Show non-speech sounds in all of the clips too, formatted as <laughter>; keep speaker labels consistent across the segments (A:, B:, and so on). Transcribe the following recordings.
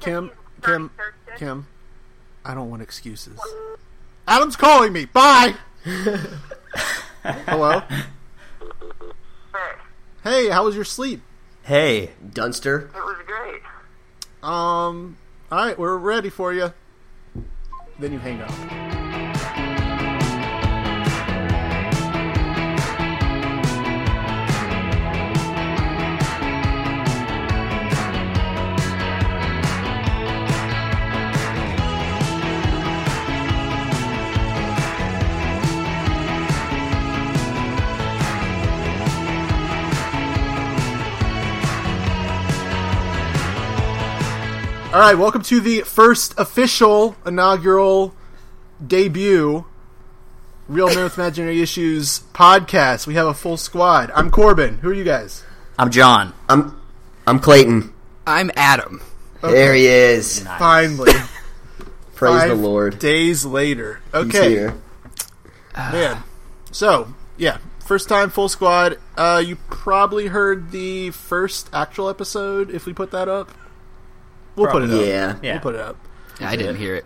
A: Kim,
B: Sorry,
A: Kim,
B: Thurston.
A: Kim. I don't want excuses. Adam's calling me. Bye. Hello.
B: Hey,
A: Hey, how was your sleep?
C: Hey,
D: Dunster.
B: it was great.
A: Um. All right, we're ready for you. Then you hang up. All right, welcome to the first official inaugural debut Real Men with Imaginary Issues podcast. We have a full squad. I'm Corbin. Who are you guys?
C: I'm John.
D: I'm I'm Clayton.
E: I'm Adam.
D: There he is.
A: Finally,
D: Praise the
A: five
D: Lord.
A: Days later.
D: He's
A: Okay,
D: here.
A: man. So yeah, first time full squad. Uh, you probably heard the first actual episode. If we put that up, we'll put it up.
D: Yeah.
C: Yeah.
A: We'll put it up.
E: I didn't hear it.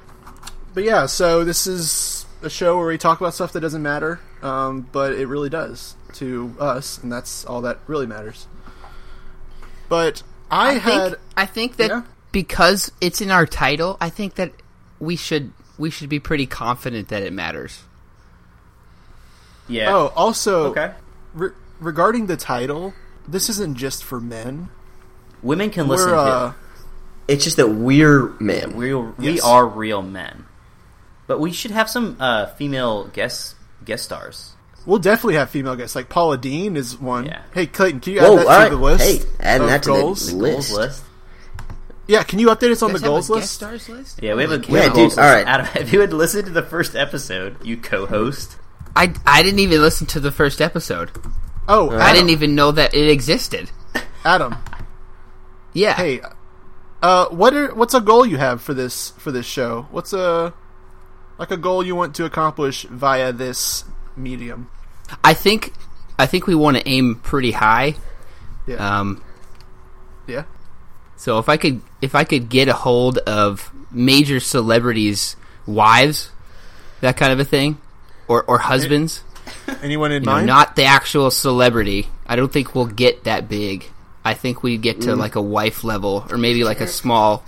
A: But yeah, so this is a show where we talk about stuff that doesn't matter, um, but it really does to us, and that's all that really matters. But I,
E: I
A: had
E: think, I think that
A: Yeah.
E: because it's in our title, I think that we should we should be pretty confident that it matters.
C: Yeah.
A: oh, also
C: okay.
A: re- regarding the title, this isn't just for men.
C: Women can listen
A: We're uh,
C: to.
D: It's just that we're men.
C: We we
A: yes.
C: are real men, but we should have some uh, female guest guest stars.
A: we'll definitely have female guests. Like Paula Dean is one.
C: Yeah.
A: Hey Clayton, can you add
D: Whoa,
A: that
D: alright.
A: to the list?
D: Hey, adding
A: of
D: that to the
A: goals?
D: list.
C: Goals list.
A: Yeah, can you update us on the
E: Does it have a
A: goals
E: guest
A: list?
E: stars list?
C: Yeah, we have a
E: Like,
C: we
D: Yeah,
C: have a
D: dude,
C: goals list.
D: alright.
C: Adam, <laughs> if you had listened to the first episode, you co-host.
E: I I didn't even listen to the first episode.
A: Oh,
E: I
A: Adam,
E: didn't e- even know that it existed.
A: Adam.
E: Yeah.
A: hey uh what are what's a goal you have for this for this show what's a like a goal you want to accomplish via this medium
E: I think I think we want to aim pretty high.
A: yeah
E: Um,
A: yeah
E: so if I could if I could get a hold of major celebrities' wives, that kind of a thing, or or husbands.
A: anyone in
E: you know,
A: mind
E: not the actual celebrity. I don't think we'll get that big. I think we get to like a wife level, or maybe like a small,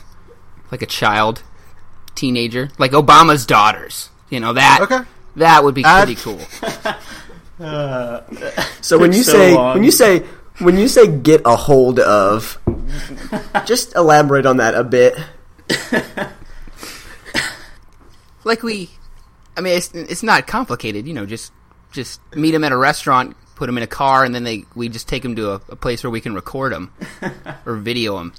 E: like a child, teenager, like Obama's daughters. You know that?
A: Okay.
E: That would be
A: I'd-
E: pretty cool.
D: So when you
C: So
D: say
C: long.
D: when you say when you say get a hold
C: <laughs>
D: of, just elaborate on that a bit.
E: Like we, I mean, it's, it's not complicated. You know, just just meet them at a restaurant, put them in a car, and then they we just take them to a, a place where we can record them or video them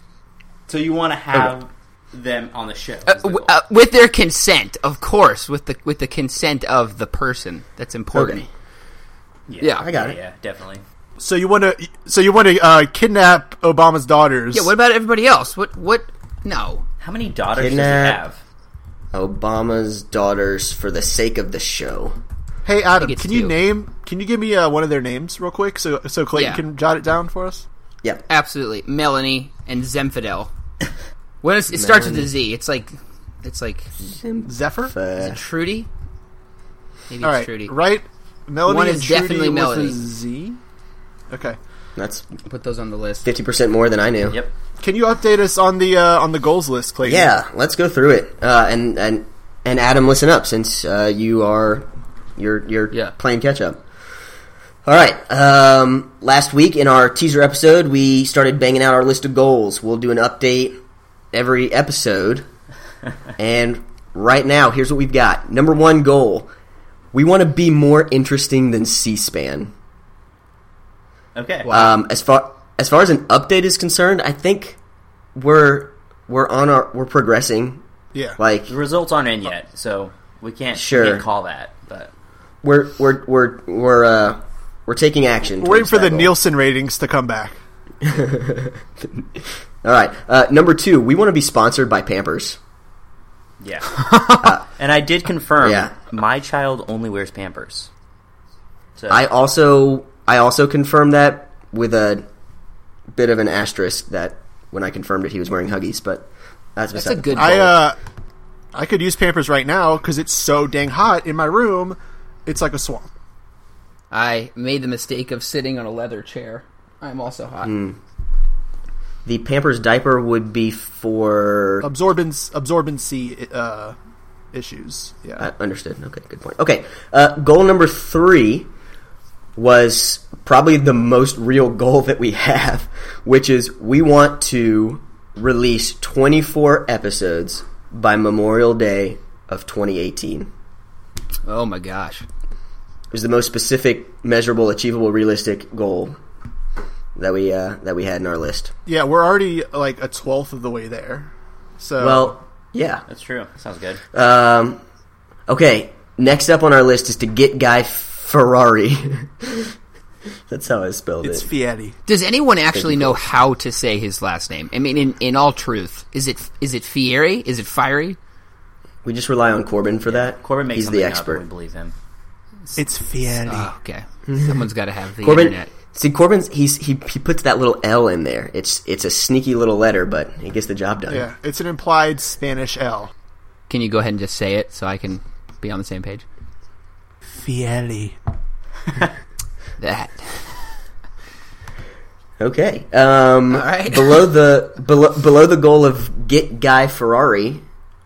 C: So you want to have them on the show? is the
E: w-
C: goal.
E: uh, with their consent, of course, with the with the consent of the person. That's important.
D: Okay.
E: Yeah.
D: I got
C: yeah,
D: it.
C: yeah, definitely.
A: so you want to so you want to uh, kidnap obama's daughters
E: Yeah, what about everybody else? What what no.
C: How many daughters
D: Kidnap.
E: uh,
C: does it have?
D: Obama's daughters for the sake of the show.
A: hey adam
E: it's
A: can you
E: two.
A: name can you give me uh, one of their names real quick so so clayton
E: Yeah.
A: can jot it down for us
D: Yep.
E: Absolutely. Melanie and Zemfidel. When it's, it starts with a Z, it's like it's like
A: zephyr
D: Uh,
E: Trudy? Maybe
A: all
E: it's
A: right
E: Trudy.
A: right melanie
E: One
A: and
E: is
A: Trudy
E: definitely
A: with a
E: Melanie.
A: z okay
D: that's
E: Put those on the list.
D: fifty percent more than I knew.
C: Yep.
A: can you update us on the uh, on the goals list clayton
D: Yeah, let's go through it. Uh, and and and Adam, listen up, since uh, you are you're you're
E: Yeah.
D: playing catch up. All right. Um, last week in our teaser episode, we started banging out our list of goals. We'll do an update every episode. and right now, here's what we've got. Number one goal: we want to be more interesting than C-SPAN.
C: Okay.
D: Um, as far as far as an update is concerned, I think we're we're on our we're progressing.
A: yeah
D: Like
C: The results aren't in yet, so we can't, we
D: Sure.
C: can't call that. But
D: we're we're we're we're uh, we're taking action.
A: We're waiting
D: towards
A: for the
D: that goal.
A: Nielsen ratings to come back.
D: All right, uh, number two, we want to be sponsored by Pampers. <laughs>
C: yeah. Uh, and I did confirm.
D: Yeah.
C: My child only wears Pampers. So
D: I also I also confirmed that with a bit of an asterisk that when I confirmed it, he was wearing Huggies, but That's,
E: That's a good.
A: I
E: goal.
A: uh, I could use Pampers right now because it's so dang hot in my room. It's like a swamp.
E: I made the mistake of sitting on a leather chair. I'm also hot.
A: Hmm.
D: The Pampers diaper would be for
A: Absorbance absorbency uh, issues. Yeah.
D: Uh, understood. Okay, good point. Okay, uh, goal number three was probably the most real goal that we have, which is we want to release 24 episodes by Memorial Day of 2018. It
E: Oh my gosh.
D: was the most specific, measurable, achievable, realistic goal that we uh, that we had in our list.
A: Yeah, we're already like a twelfth of the way there. So
D: Well, yeah.
C: That's true. That sounds good.
D: Um, okay, next up on our list is to get Guy Ferrari. <laughs> That's how I spelled
A: it's
D: it.
A: Fiatti.
E: Does anyone actually know how to say his last name? I mean, in, in all truth, is it is it Fieri? Is it Fiery?
D: We just rely on Corbin for that.
C: Corbin makes
D: He's
C: something
D: the
C: up.
D: expert.
C: and We believe him.
A: It's Fiatti.
E: Oh, okay, someone's got to have the
D: Corbin,
E: internet.
D: see, Corbin's he's he he puts that little L in there. It's it's a sneaky little letter, but he gets the job done.
A: yeah, it's an implied Spanish L.
E: Can you go ahead and just say it so I can be on the same page?
A: Fiatti.
E: That
D: Okay. Um,
E: All
C: <laughs>
E: right.
D: below the below below the goal of get Guy Ferrari,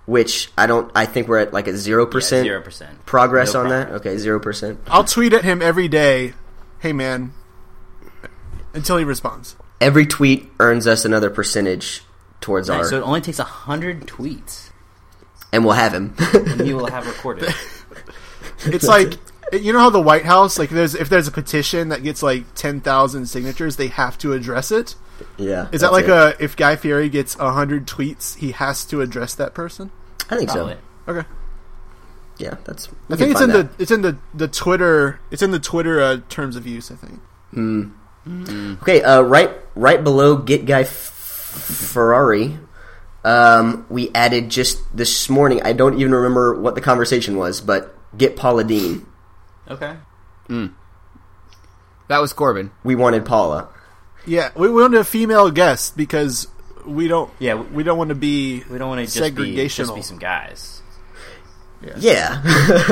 D: which I don't. I think we're at like a zero percent
C: Zero percent
D: progress
C: No
D: on that.
C: progress.
D: Okay, zero percent.
A: I'll tweet at him every day. Hey man, until he responds.
D: Every tweet earns us another percentage towards our,
C: So it only takes hundred tweets,
D: and we'll have him. <laughs>
C: and you will have recorded.
A: It's like you know how the White House like if there's if there's a petition that gets like ten thousand signatures, they have to address it.
D: yeah.
A: Is that like a if Guy Fieri gets hundred tweets, he has to address that person?
D: I think <laughs> so.
C: Probably.
A: Okay.
D: Yeah, that's.
A: I think it's in the it's in the, the Twitter it's in the Twitter uh, terms of use. I think.
D: Okay, uh, right, right below Get Guy F- Ferrari, um, we added just this morning. I don't even remember what the conversation was, but Get Paula Dean.
C: Okay.
E: that was Corbin.
D: We wanted Paula.
A: Yeah, we wanted a female guest because we don't.
C: Yeah, we-
A: we don't want to be.
C: We don't want to just be just be some guys.
D: Yeah,
A: <laughs>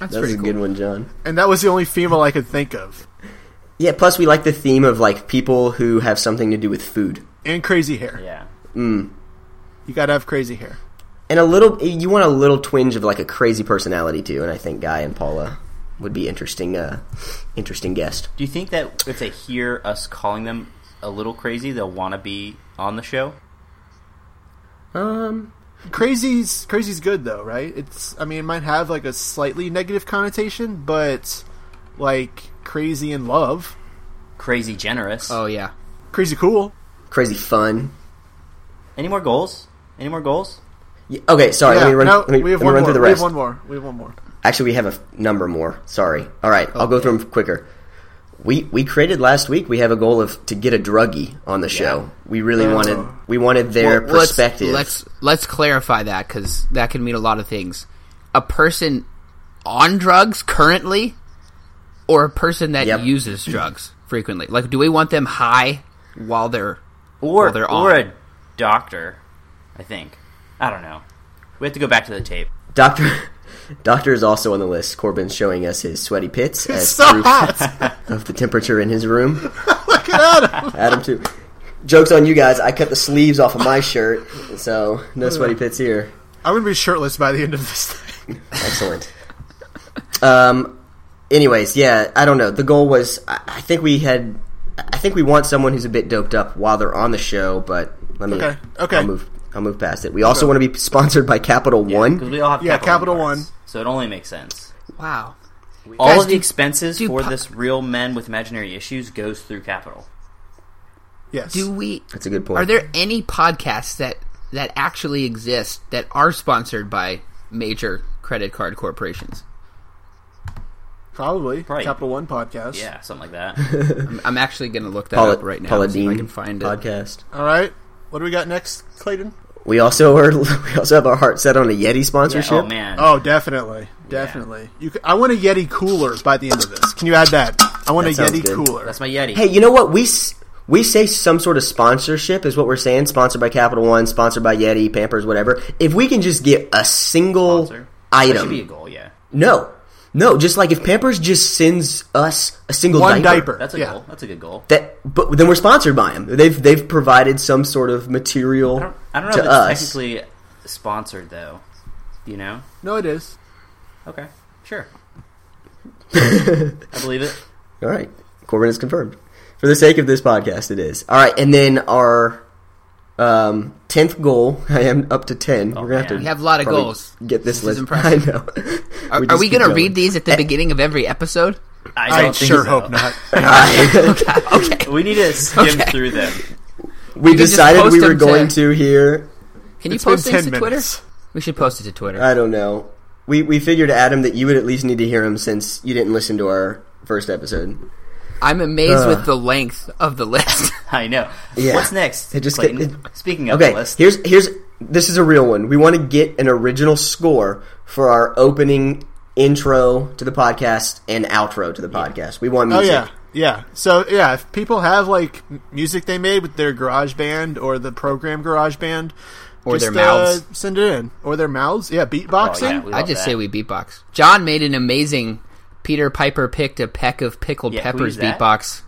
D: that's,
E: pretty
D: a
E: cool.
D: good one, John.
A: and that was the only female I could think of.
D: Yeah. Plus, we like the theme of like people who have something to do with food
A: And crazy hair.
C: Yeah.
A: You gotta have crazy hair.
D: and a little. You want a little twinge of like a crazy personality too, and I think Guy and Paula would be interesting. Uh, interesting guest.
C: Do you think that if they hear us calling them a little crazy, they'll want to be on the show?
D: Um.
A: Crazy's crazy's good though, right? It's. I mean, it might have like a slightly negative connotation, but like crazy in love,
C: Crazy generous.
E: Oh yeah,
A: crazy cool.
D: Crazy fun.
C: Any more goals? Any more goals?
D: Y- Okay, sorry.
A: yeah,
D: let me run,
A: no,
D: let me,
A: we have
D: let me
A: one
D: run
A: more.
D: through the
A: We have
D: rest.
A: one more. We have one more.
D: Actually, we have a f- number more. Sorry. All right, I'll go through them quicker. We we created last week. We have a goal of to get a druggie on the show. We really
A: Oh.
D: wanted we wanted their
E: Well, let's-
D: perspective.
E: Let's let's clarify that because that can mean a lot of things. A person on drugs currently, or a person that
D: Yep.
E: uses drugs frequently. Like, do we want them high while they're
C: Or
E: while they're
C: or
E: on?
C: a doctor? I think. I don't know. We have to go back to the tape.
D: Doctor <laughs> Doctor is also on the list. Corbin's showing us his sweaty pits as
A: So
D: proof
A: hot.
D: <laughs> of the temperature in his room.
A: Look at him.
D: Adam too. Jokes on you guys. I cut the sleeves off of my shirt, so no sweaty pits here.
A: <laughs> I'm gonna be shirtless by the end of this. Thing. <laughs>
D: Excellent. um. Anyways, yeah, I don't know. The goal was, I, I think we had, I think we want someone who's a bit doped up while they're on the show. But let me,
A: Okay, okay.
D: I'll move, I'll move past it. We also want to be sponsored by Capital
C: Because
D: One.
C: we all have
A: Yeah,
C: Capital,
A: Capital
C: cards.
A: One.
C: So it only makes sense.
E: wow?
C: All
E: Guys,
C: of the
E: do-
C: expenses
E: do
C: for
E: po-
C: this real men with imaginary issues goes through Capital.
A: Yes.
E: Do we?
D: That's a good point.
E: Are there any podcasts that that actually exist that are sponsored by major credit card corporations?
A: Probably.
C: Right.
A: Capital One podcast.
C: Yeah, something like
A: <laughs>
C: that.
E: I'm, I'm actually going to look that
D: Paula,
E: up right now.
D: Paula
E: see if
D: Dean
E: I can find it.
D: podcast.
A: All right. What do we got next, Clayton?
D: We also are, <laughs> we also have our heart set on a Yeti sponsorship.
C: oh man.
A: Oh, definitely, definitely. You, c- I want a Yeti cooler by the end of this. Can you add that? I want
D: That
A: a
D: sounds
A: Yeti
D: good.
A: cooler.
C: That's my Yeti.
D: Hey, you know what? We s- we say some sort of sponsorship is what we're saying. Sponsored by Capital One, sponsored by Yeti, Pampers, whatever. If we can just get a single
C: Sponsor. That
D: item,
C: should be a goal. Yeah,
D: no, no, just like if Pampers just sends us a single
A: One
D: diaper,
A: diaper.
C: that's a
A: yeah.
C: goal. That's a good goal.
D: that, but then we're sponsored by them. They've they've provided some sort of material
C: I don't, I don't know
D: to
C: if it's
D: us.
C: technically sponsored though. You know?
A: No, it is.
C: Okay,
A: <laughs>
C: sure. I believe it.
D: All right, Corbin is confirmed. For the sake of this podcast, it is. All right, and then our um, tenth goal. <laughs> I am up to ten. We're gonna have to.
C: Oh, man. We
E: have a lot of
D: probably
E: goals.
D: Get this,
E: This is
D: list. <laughs> I
E: impressive.
D: know.
E: Are we,
D: just keep
E: going to
D: going.
E: read these at the beginning of every episode?
C: I,
A: I
C: don't think
A: sure
C: so.
A: hope not.
E: Okay.
C: We
A: <laughs>
C: need to skim
E: Okay.
C: through them.
D: We
E: can just
D: decided
E: post
D: we were
E: them to-
D: going to here.
E: Can you
A: It's been
E: post things
A: 10
E: to Twitter?
A: minutes.
E: We should post it to Twitter.
D: I don't know. We we figured Adam that you would at least need to hear him since you didn't listen to our first episode.
E: I'm amazed
D: Uh.
E: with the length of the list.
C: <laughs> I know.
D: Yeah.
C: What's next?
D: It just
C: Clayton?
D: get-
C: Speaking of
D: Okay,
C: the list,
D: here's here's this is a real one. We want to get an original score for our opening intro to the podcast and outro to the podcast. We want
A: Oh
D: music.
A: yeah, yeah. So yeah, if people have like m- music they made with their Garage Band or the program Garage Band,
E: Or
A: just,
E: their mouths.
A: uh, send it in or their mouths. Yeah, beatboxing.
C: Oh, yeah, we
E: I
C: love
E: just
C: that.
E: say we beatbox. John made an amazing Peter Piper picked a peck of pickled
C: Yeah, who
E: peppers
C: is that?
E: beatbox.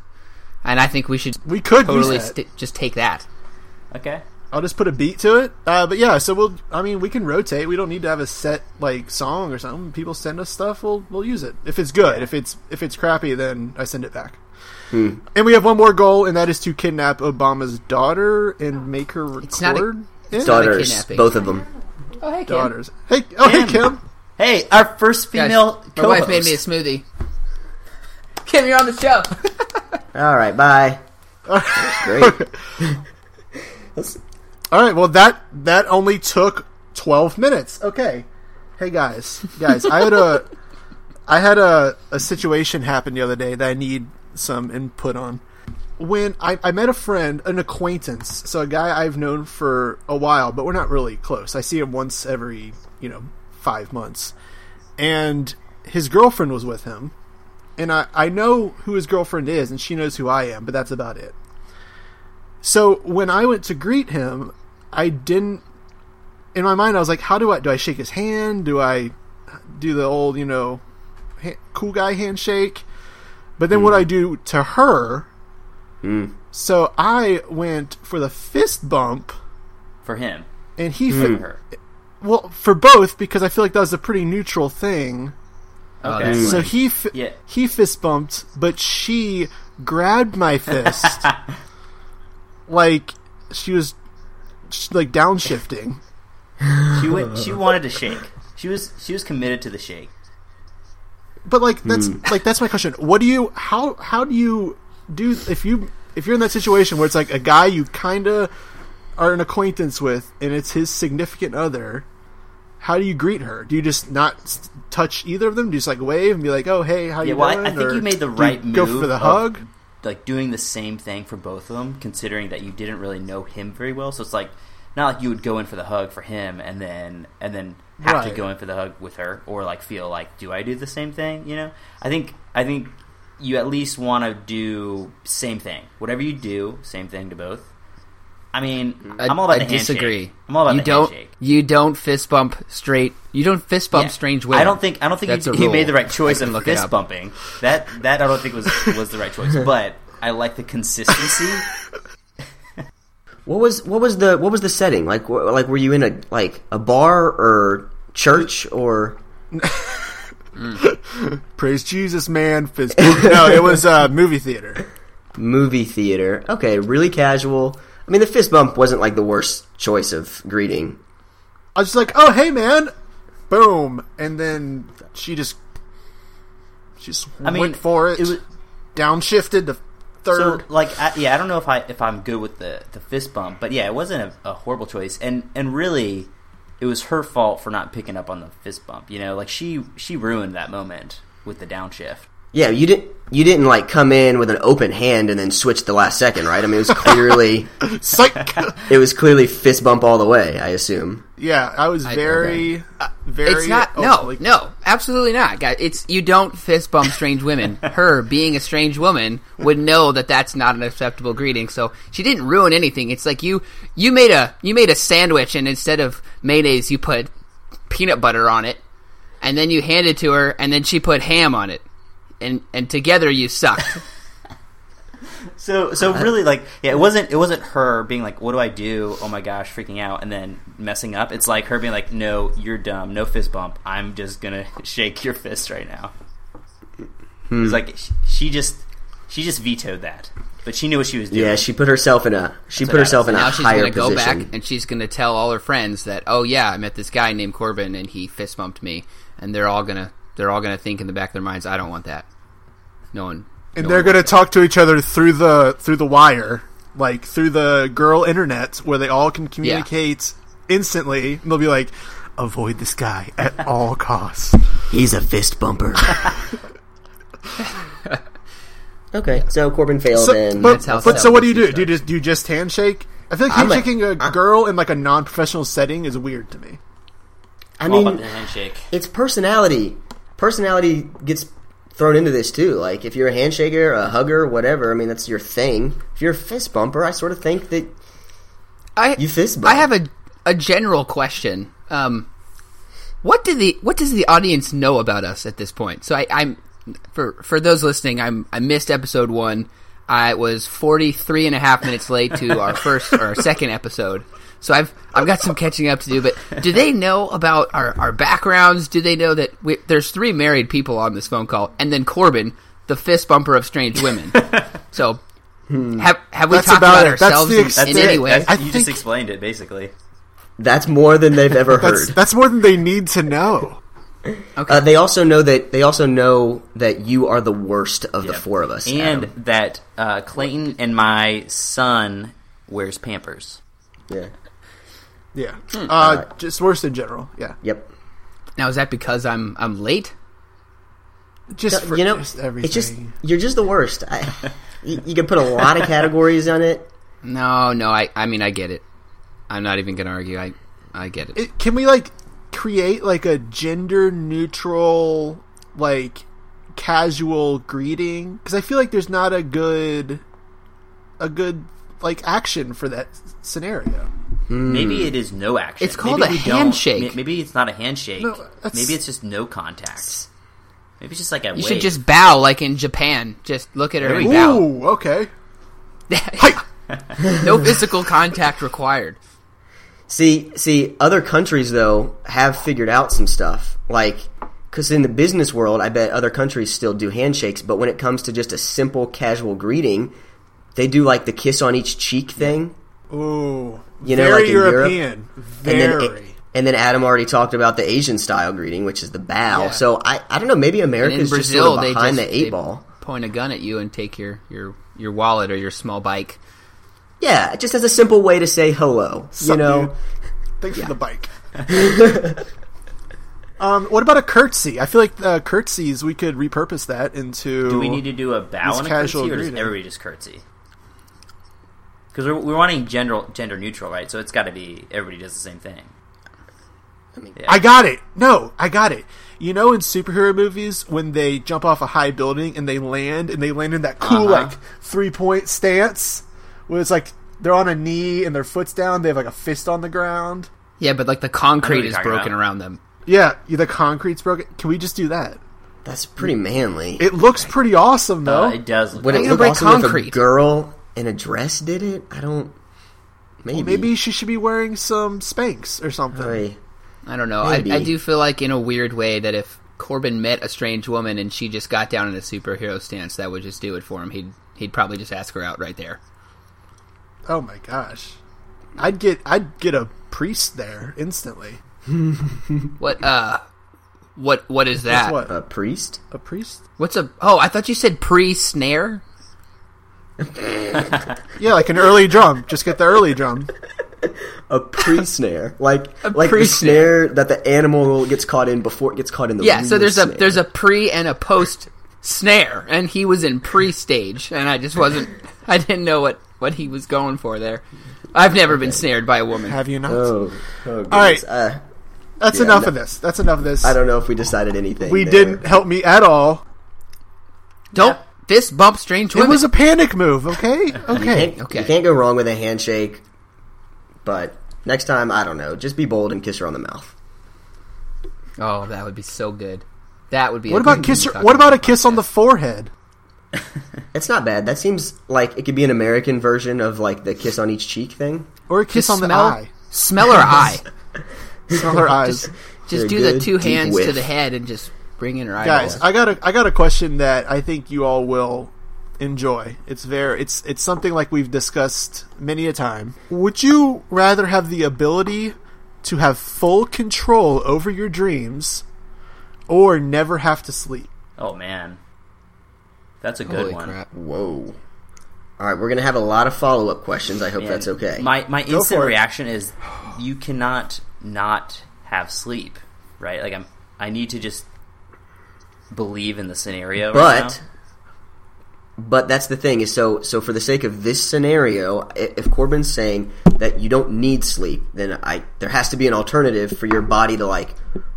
E: And I think we should
A: We could
E: totally
A: use that.
E: st- just take that.
C: okay.
A: I'll just put a beat to it. Uh, but yeah, so we'll. I mean, we can rotate. We don't need to have a set like song or something. People send us stuff. We'll we'll use it if it's good. If it's if it's crappy, then I send it back. And we have one more goal, and that is to kidnap Obama's daughter and make her
E: It's not a-
A: record. it.
E: not a
D: Daughters,
E: kidnapping.
D: both of them.
E: Oh, hey, Kim.
A: daughters. Hey, oh hey Kim.
C: Hey, our first
E: Guys,
C: female
E: my wife
C: co-host.
E: made me a smoothie. Oh, Kim, you're on the show.
D: All right, bye.
A: <laughs>
D: Great. Let's-
A: All right. Well, that that only took twelve minutes. Okay. Hey guys, guys, I had a I had a a situation happen the other day that I need some input on. When I, I met a friend, an acquaintance, so a guy I've known for a while, but we're not really close. I see him once every you know five months, and his girlfriend was with him, and I I know who his girlfriend is, and she knows who I am, but that's about it. So when I went to greet him, I didn't. In my mind, I was like, "How do I? Do I shake his hand? Do I do the old, you know, ha- cool guy handshake?" But then what I do to her. So I went for the fist bump,
C: for him.
A: and he
C: For
A: fi-
C: her.
A: well for both because I feel like that was a pretty neutral thing.
C: Okay.
E: that's-
A: So he fi-
C: Yeah.
A: he fist bumped, but she grabbed my fist
C: <laughs>
A: like she was sh- like downshifting.
C: she
D: <laughs>
C: went. She wanted to shake. She was. She was committed to the shake.
A: But like that's
C: Hmm.
A: like that's my question. What do you how how do you do if you if you're in that situation where it's like a guy you kind of are an acquaintance with and it's his significant other? How do you greet her? Do you just not s- touch either of them? Do you just like wave and be like, "Oh hey, how
C: Yeah.
A: you
C: Well, I,
A: doing?"
C: I think
A: Or
C: you made the
A: do you
C: right move.
A: Go for the
C: of,
A: hug.
C: Like doing the same thing for both of them, considering that you didn't really know him very well. So it's like not like you would go in for the hug for him and then and then have to
A: Right.
C: go in for the hug with her, or like feel like, do I do the same thing? You know, I think I think you at least want to do same thing. Whatever you do, same thing to both. I mean, I, am all about
E: I
C: the handshake.
E: disagree.
C: I'm all about
E: you
C: the
E: don't.
C: handshake.
E: You don't fist bump straight. You don't fist bump
C: Yeah.
E: strange women.
C: I don't think I don't think
E: That's
C: he,
E: a
C: he
E: rule.
C: made the right choice
E: I can
C: in
E: look it
C: fist
E: up.
C: bumping. That that I don't think was was the right
E: <laughs>
C: choice. But I like the consistency.
D: What was what was the what was the setting like? wh- Like were you in a like a bar or church or?
A: Praise Jesus, man. Fist bump. no, it was uh, movie theater.
D: movie theater. Okay, really casual. I mean, the fist bump wasn't like the worst choice of greeting.
A: I was just like, "Oh, hey, man!" Boom, and then she just, she just
C: I mean,
A: went for it.
C: it was-
A: downshifted to
C: So
A: third.
C: like I, yeah, I don't know if I if I'm good with the the fist bump, but yeah, it wasn't a, a horrible choice. And and really, it was her fault for not picking up on the fist bump. You know, like she she ruined that moment with the downshift.
D: Yeah, you didn't. You didn't like come in with an open hand and then switch the last second, right? I mean, it
A: <laughs>
D: was clearly
A: Psych.
D: it was clearly fist bump all the way. I assume.
A: yeah, I was
E: I-
A: very. I, very.
E: It's not.
A: oh,
E: No,
A: like-
E: no, absolutely not. guy. It's you don't fist bump
C: <laughs>
E: strange women. Her being a strange woman would know that that's not an acceptable greeting. So she didn't ruin anything. It's like you you made a you made a sandwich and instead of mayonnaise you put peanut butter on it, and then you handed it to her and then she put ham on it, and and together you sucked.
C: So so
D: Uh,
C: really like yeah, it wasn't it wasn't her being like, What do I do? Oh my gosh, freaking out and then messing up. It's like her being like, No, you're dumb, no fist bump. I'm just gonna <laughs> shake your fist right now.
D: Hmm.
C: It's like sh- she just she just vetoed that. But she knew what she was doing.
D: Yeah, she put herself in a she
C: That's
D: put
C: what
D: herself in a
E: now she's
D: higher
E: gonna
D: position.
E: go back and she's gonna tell all her friends that oh yeah i met this guy named corbin and he fist bumped me and they're all gonna they're all gonna think in the back of their minds i don't want that no one
A: and they're going to talk to each other through the through the wire, like through the girl internet, where they all can communicate instantly. And they'll be like, "Avoid this guy at all costs."
D: He's a fist
E: <laughs>
D: bumper. okay, so Corbin failed,
A: So,
D: and
A: but
E: how
A: but
E: South
A: so what do
E: Beach
A: you do? Do
E: is
A: you just do you just handshake? I feel like
D: I'm a-
A: handshaking a, girl in like a non-professional setting is weird to me.
D: I
C: all
A: oh,
C: about
D: mean,
C: the handshake.
D: it's personality. Personality gets thrown into this too. Like if you're a handshaker, a hugger, whatever. I mean, that's your thing. If you're a fist bumper, I sort of think that
E: i
D: you fist bump.
E: i have a a general question um what do the what does the audience know about us at this point so i i'm for for those listening i'm i missed episode one i was 43 and a half minutes late
A: <laughs>
E: to our first or our second episode so i've i've got some catching up to do but do they know about our our backgrounds do they know that we, there's three married people on this phone call and then corbin the fist bumper of strange
A: <laughs>
E: women so have have
A: Hmm.
E: we
A: That's about
E: talked about,
A: it. That's
E: ourselves
A: the
E: in-
A: extent.
E: in, any
A: That's it.
E: way
C: That's-
A: I
C: you just
A: think-
C: explained it basically.
D: that's more than they've
C: <laughs>
D: ever
A: That's
D: heard.
A: that's more than they need to
D: <laughs>
A: know.
D: Uh, they also know that they also know that you are the worst of the
C: Yeah.
D: four of us.
C: And
D: Adam.
C: that uh, Clayton and my son wears Pampers.
D: yeah,
A: Yeah,
D: Hmm,
A: uh, just worse in general. Yeah,
D: yep.
E: Now is that because I'm I'm late?
A: just
D: Yeah,
A: for
D: you know,
A: just everything.
D: it's just you're just the worst. I, you, you can put a lot
A: <laughs>
D: of categories on it.
E: No, no. I I mean I get it. I'm not even gonna argue. I I get it.
A: It- can we like create like a gender neutral like casual greeting because i feel like there's not a good a good like action for that s- scenario
C: Maybe it is no action.
E: Hmm. It's called
C: maybe
E: a
C: we don't-
E: handshake.
C: ma- Maybe it's not a handshake.
A: No, that's-
C: maybe it's just no contact. Maybe it's just like a
E: You
C: wave.
E: should just bow like in Japan. Just look at her and
C: we
E: <laughs> bow.
A: ooh okay Hi.
E: no physical contact required.
D: See, see, other countries though have figured out some stuff. Like, because in the business world, I bet other countries still do handshakes, but when it comes to just a simple casual greeting, they do like the kiss on each cheek thing.
A: ooh
D: You know,
A: very
D: like in Europe,
A: european
D: And then,
A: very
D: and then Adam already talked about the Asian style greeting, which is the bow.
E: Yeah.
D: So I, I don't know. Maybe
E: And in
D: America's just
E: Brazil,
D: sort of
E: they
D: behind
E: just
D: the eight
E: they
D: ball.
E: point a gun at you and take your your your wallet or your small bike.
D: Yeah, just as a simple way to say hello.
A: Sup,
D: you know,
A: dude. thanks for the bike
D: <laughs>
A: um what about a curtsy i feel like uh, curtsies we could repurpose that into
C: do we need to do a bow
A: It's
C: and a
A: casual
C: curtsy, or does
A: greeting.
C: everybody just curtsy? Because we're, we're wanting gender gender neutral, right? So it's got to be everybody does the same thing.
A: I got it. No, I got it. You know, in superhero movies, when they jump off a high building and they land, and they land in that cool
C: Uh-huh.
A: like three point stance, where it's like they're on a knee and their foot's down, they have like a fist on the ground.
E: Yeah, but like the concrete
C: you're
E: is
C: talking
E: broken
C: about.
E: around them.
A: Yeah, the concrete's broken. Can we just do that?
D: that's pretty manly.
A: It looks pretty awesome though.
C: Uh, it does. Look
D: Would
C: like,
D: it
E: gonna
D: look
E: break
D: awesome if a
E: concrete.
D: girl in a dress did it? I don't. Maybe.
A: Maybe she should be wearing some Spanx or something.
D: Oy.
E: I don't know. I,
D: Maybe.
E: I do feel like in a weird way that if Corbin met a strange woman and she just got down in a superhero stance, that would just do it for him. He'd he'd probably just ask her out right there.
A: Oh my gosh, I'd get I'd get a priest there instantly.
E: What uh what what is
A: That's
E: that?
A: what
D: A priest?
A: a priest.
E: What's a Oh, I thought you said pre-snare.
A: Yeah, like an early drum. Just get the early drum.
D: A pre
E: <laughs>
D: snare. Like, like the
E: pre-snare.
D: snare that the animal gets caught in before it gets caught in the
E: Yeah, so
D: real
E: there's a
D: snare.
E: there's a pre and a post snare and he was in pre-stage and I just wasn't I didn't know what what he was going for there. I've never been snared by a woman.
A: Have you not?
D: Oh, oh
A: right.
D: goodness. Uh,
A: That's
D: Yeah,
A: enough
D: no.
A: of this. That's enough of this.
D: I don't know if we decided anything.
A: we
D: there.
A: didn't help me at all.
E: Don't fist bump strange
A: It
E: women.
A: was a panic move.
D: <laughs>
A: Okay, okay.
D: Can't,
E: Okay.
D: You can't go wrong with a handshake. But next time, I don't know. Just be bold and kiss her on the mouth.
E: oh, that would be so good. That would be.
A: What
E: a
A: about
E: good
A: kiss?
E: movie
A: Or,
E: talk
A: what about a kiss on the forehead?
D: It's not bad. That seems like it could be an American version of like the kiss on each cheek thing.
A: Or a kiss
E: Just
A: on the
E: smell-
A: eye? <laughs>
E: Smell her eye.
A: Smell
D: <laughs>
A: her eyes,
E: Just,
D: They're
E: just do
D: good,
E: the two
D: deep
E: hands to
D: whiff.
E: the head and just bring in her eyeballs.
A: guys. I got a I got a question that I think you all will enjoy. It's very it's it's something like we've discussed many a time. Would you rather have the ability to have full control over your dreams, or never have to sleep?
C: Oh man, that's a good
E: Holy
C: one.
E: crap!
D: Whoa. All right, we're gonna have a lot of follow up questions. I hope
C: Man,
D: that's okay.
C: My my instant
A: for it.
C: reaction is you cannot not have sleep, right? Like I'm I need to just believe in the scenario. right
D: but
C: now.
D: but that's the thing is so so for the sake of this scenario i- if corbin's saying that you don't need sleep then i there has to be an alternative for your body to like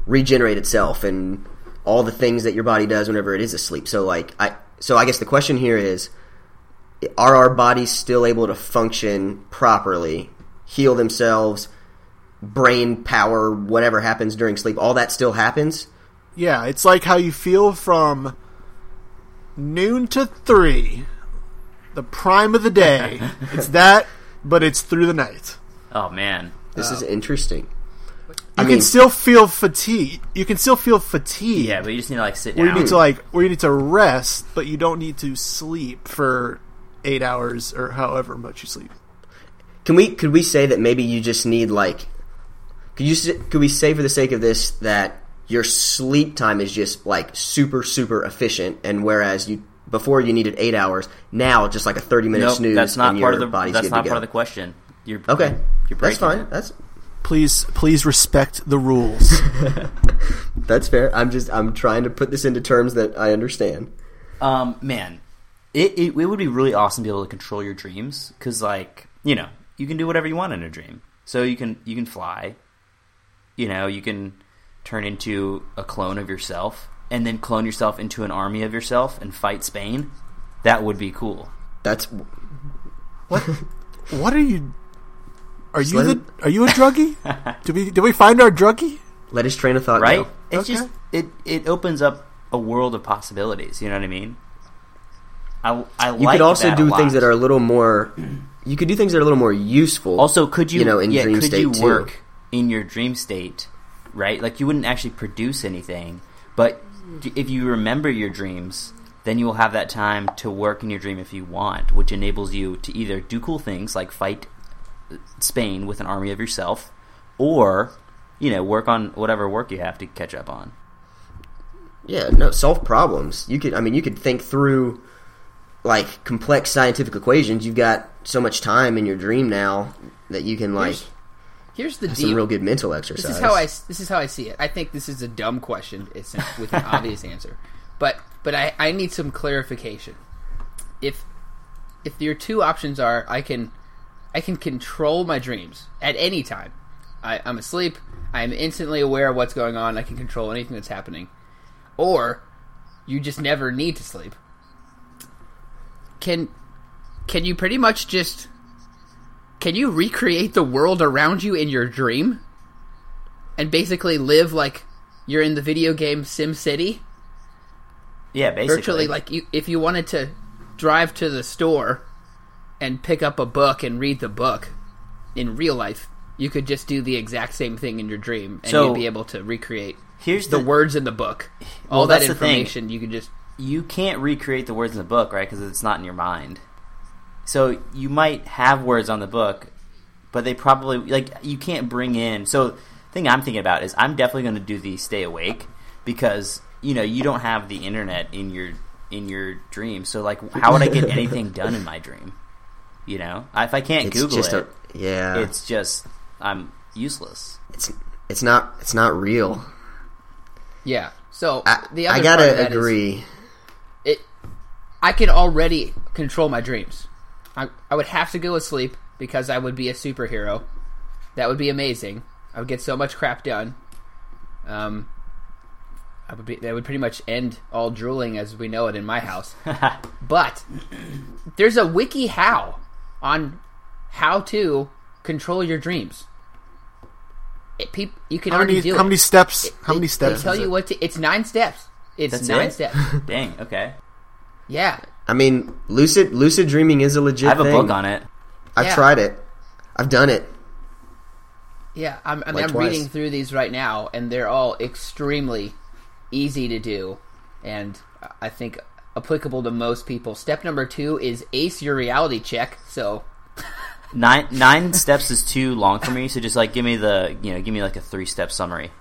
D: regenerate itself and all the things that your body does whenever it is asleep so like i so i guess the question here is are our bodies still able to function properly heal themselves brain power whatever happens during sleep all that still happens
A: Yeah, it's like how you feel from noon to three, the prime of the day. it's that, but it's through the night.
C: oh man,
D: this is interesting
A: You can still feel fatigue. You can still feel fatigue.
C: yeah, but you just need to like sit
A: where you
C: down.
A: need to like where you need to rest, but you don't need to sleep for eight hours or however much you sleep.
D: Can we could we say that maybe you just need like could you s- could we say for the sake of this that your sleep time is just like super super efficient and whereas you before you needed 8 hours now just like a 30 minute
C: Nope,
D: snooze
C: that's not
D: and
C: part of
D: your
C: the
D: body's
C: that's
D: good
C: not
D: to
C: part of the
D: go.
C: question. You're
D: Okay.
C: You're
D: That's
C: breaking
D: fine.
C: it.
D: That's
A: Please, please respect the rules.
D: that's fair. I'm just I'm trying to put this into terms that I understand.
C: Um, man, it, it it would be really awesome to be able to control your dreams because, like, you know, you can do whatever you want in a dream. So you can you can fly, you know, you can turn into a clone of yourself, and then clone yourself into an army of yourself and fight Spain. That would be cool.
D: That's
A: <laughs> what are you? Are you
D: let
A: the?
D: him-
A: Are you a druggie? <laughs> did we did we find our druggie?
D: let his train of thought
C: right?
D: go.
C: It's
A: Okay.
C: just it it opens up a world of possibilities. You know what I mean? I I
D: You
C: like
D: could also
C: that a
D: do
C: lot.
D: things that are a little more you could do things that are a little more useful.
C: Also, could you,
D: you know in
C: yeah,
D: dream
C: could
D: state
C: you
D: too.
C: work in your dream state, right? Like you wouldn't actually produce anything, but d- if you remember your dreams, then you will have that time to work in your dream if you want, which enables you to either do cool things like fight uh, Spain with an army of yourself, or you know work on whatever work you have to catch up on.
D: Yeah, no, solve problems. You could, I mean, you could think through like complex scientific equations. You've got so much time in your dream now that you can like
E: Here's- Here's the
D: have some
E: deal.
D: real good mental exercise.
E: This is how I this is how I see it. I think this is a dumb question. It's an- with an obvious answer, but but I, I need some clarification. If if your two options are I can I can control my dreams at any time. I, I'm asleep. I am instantly aware of what's going on. I can control anything that's happening, or you just never need to sleep. Can can you pretty much just can you recreate the world around you in your dream? and basically live like you're in the video game Sim City.
C: Yeah, basically,
E: Virtually, like you, if you wanted to drive to the store and pick up a book and read the book in real life, you could just do the exact same thing in your dream, and
C: So-
E: you'd be able to recreate
C: here's
E: the
C: the,
E: words in the book.
C: Well,
E: All that
C: that's the thing.
E: information you could just
C: you can't recreate the words in the book, right? Because it's not in your mind. So you might have words on the book, but they probably like you can't bring in. So the thing I'm thinking about is I'm definitely going to do the stay awake because you know you don't have the internet in your in your dream. So like, how would I get
D: <laughs>
C: anything done in my dream? You know, if I can't
D: it's
C: Google
D: just
C: it,
D: a yeah. It's
C: it's just I'm useless.
D: it's it's not it's not real.
E: yeah. So
D: I,
E: the
D: I
E: other part of
D: gotta
E: that is-
D: agree.
E: it I can already control my dreams. I I would have to go asleep because I would be a superhero. That would be amazing. I would get so much crap done. Um, I would be, that would pretty much end all drooling as we know it in
A: <laughs>
E: my house. but there's a wiki how on how to control your dreams. It, peop, you can
A: How
E: already
A: many,
E: do
A: how
E: it.
A: many steps? How many
E: They
A: steps?
E: tell
A: is
E: you
A: it?
E: what to. It's nine steps. It's
C: That's
E: nine
C: it?
E: steps.
C: Dang. Okay.
E: Yeah.
D: I mean, lucid lucid dreaming is a legit.
C: I have a
D: thing.
C: book on it.
D: I've
E: Yeah.
D: tried it. I've done it.
E: Yeah, I'm, I mean,
D: Like
E: I'm
D: twice.
E: reading through these right now, and they're all extremely easy to do, and I think applicable to most people. Step number two is ace your reality check. So
C: Nine nine steps is too long for me. So just like give me the you know give me like a three step summary.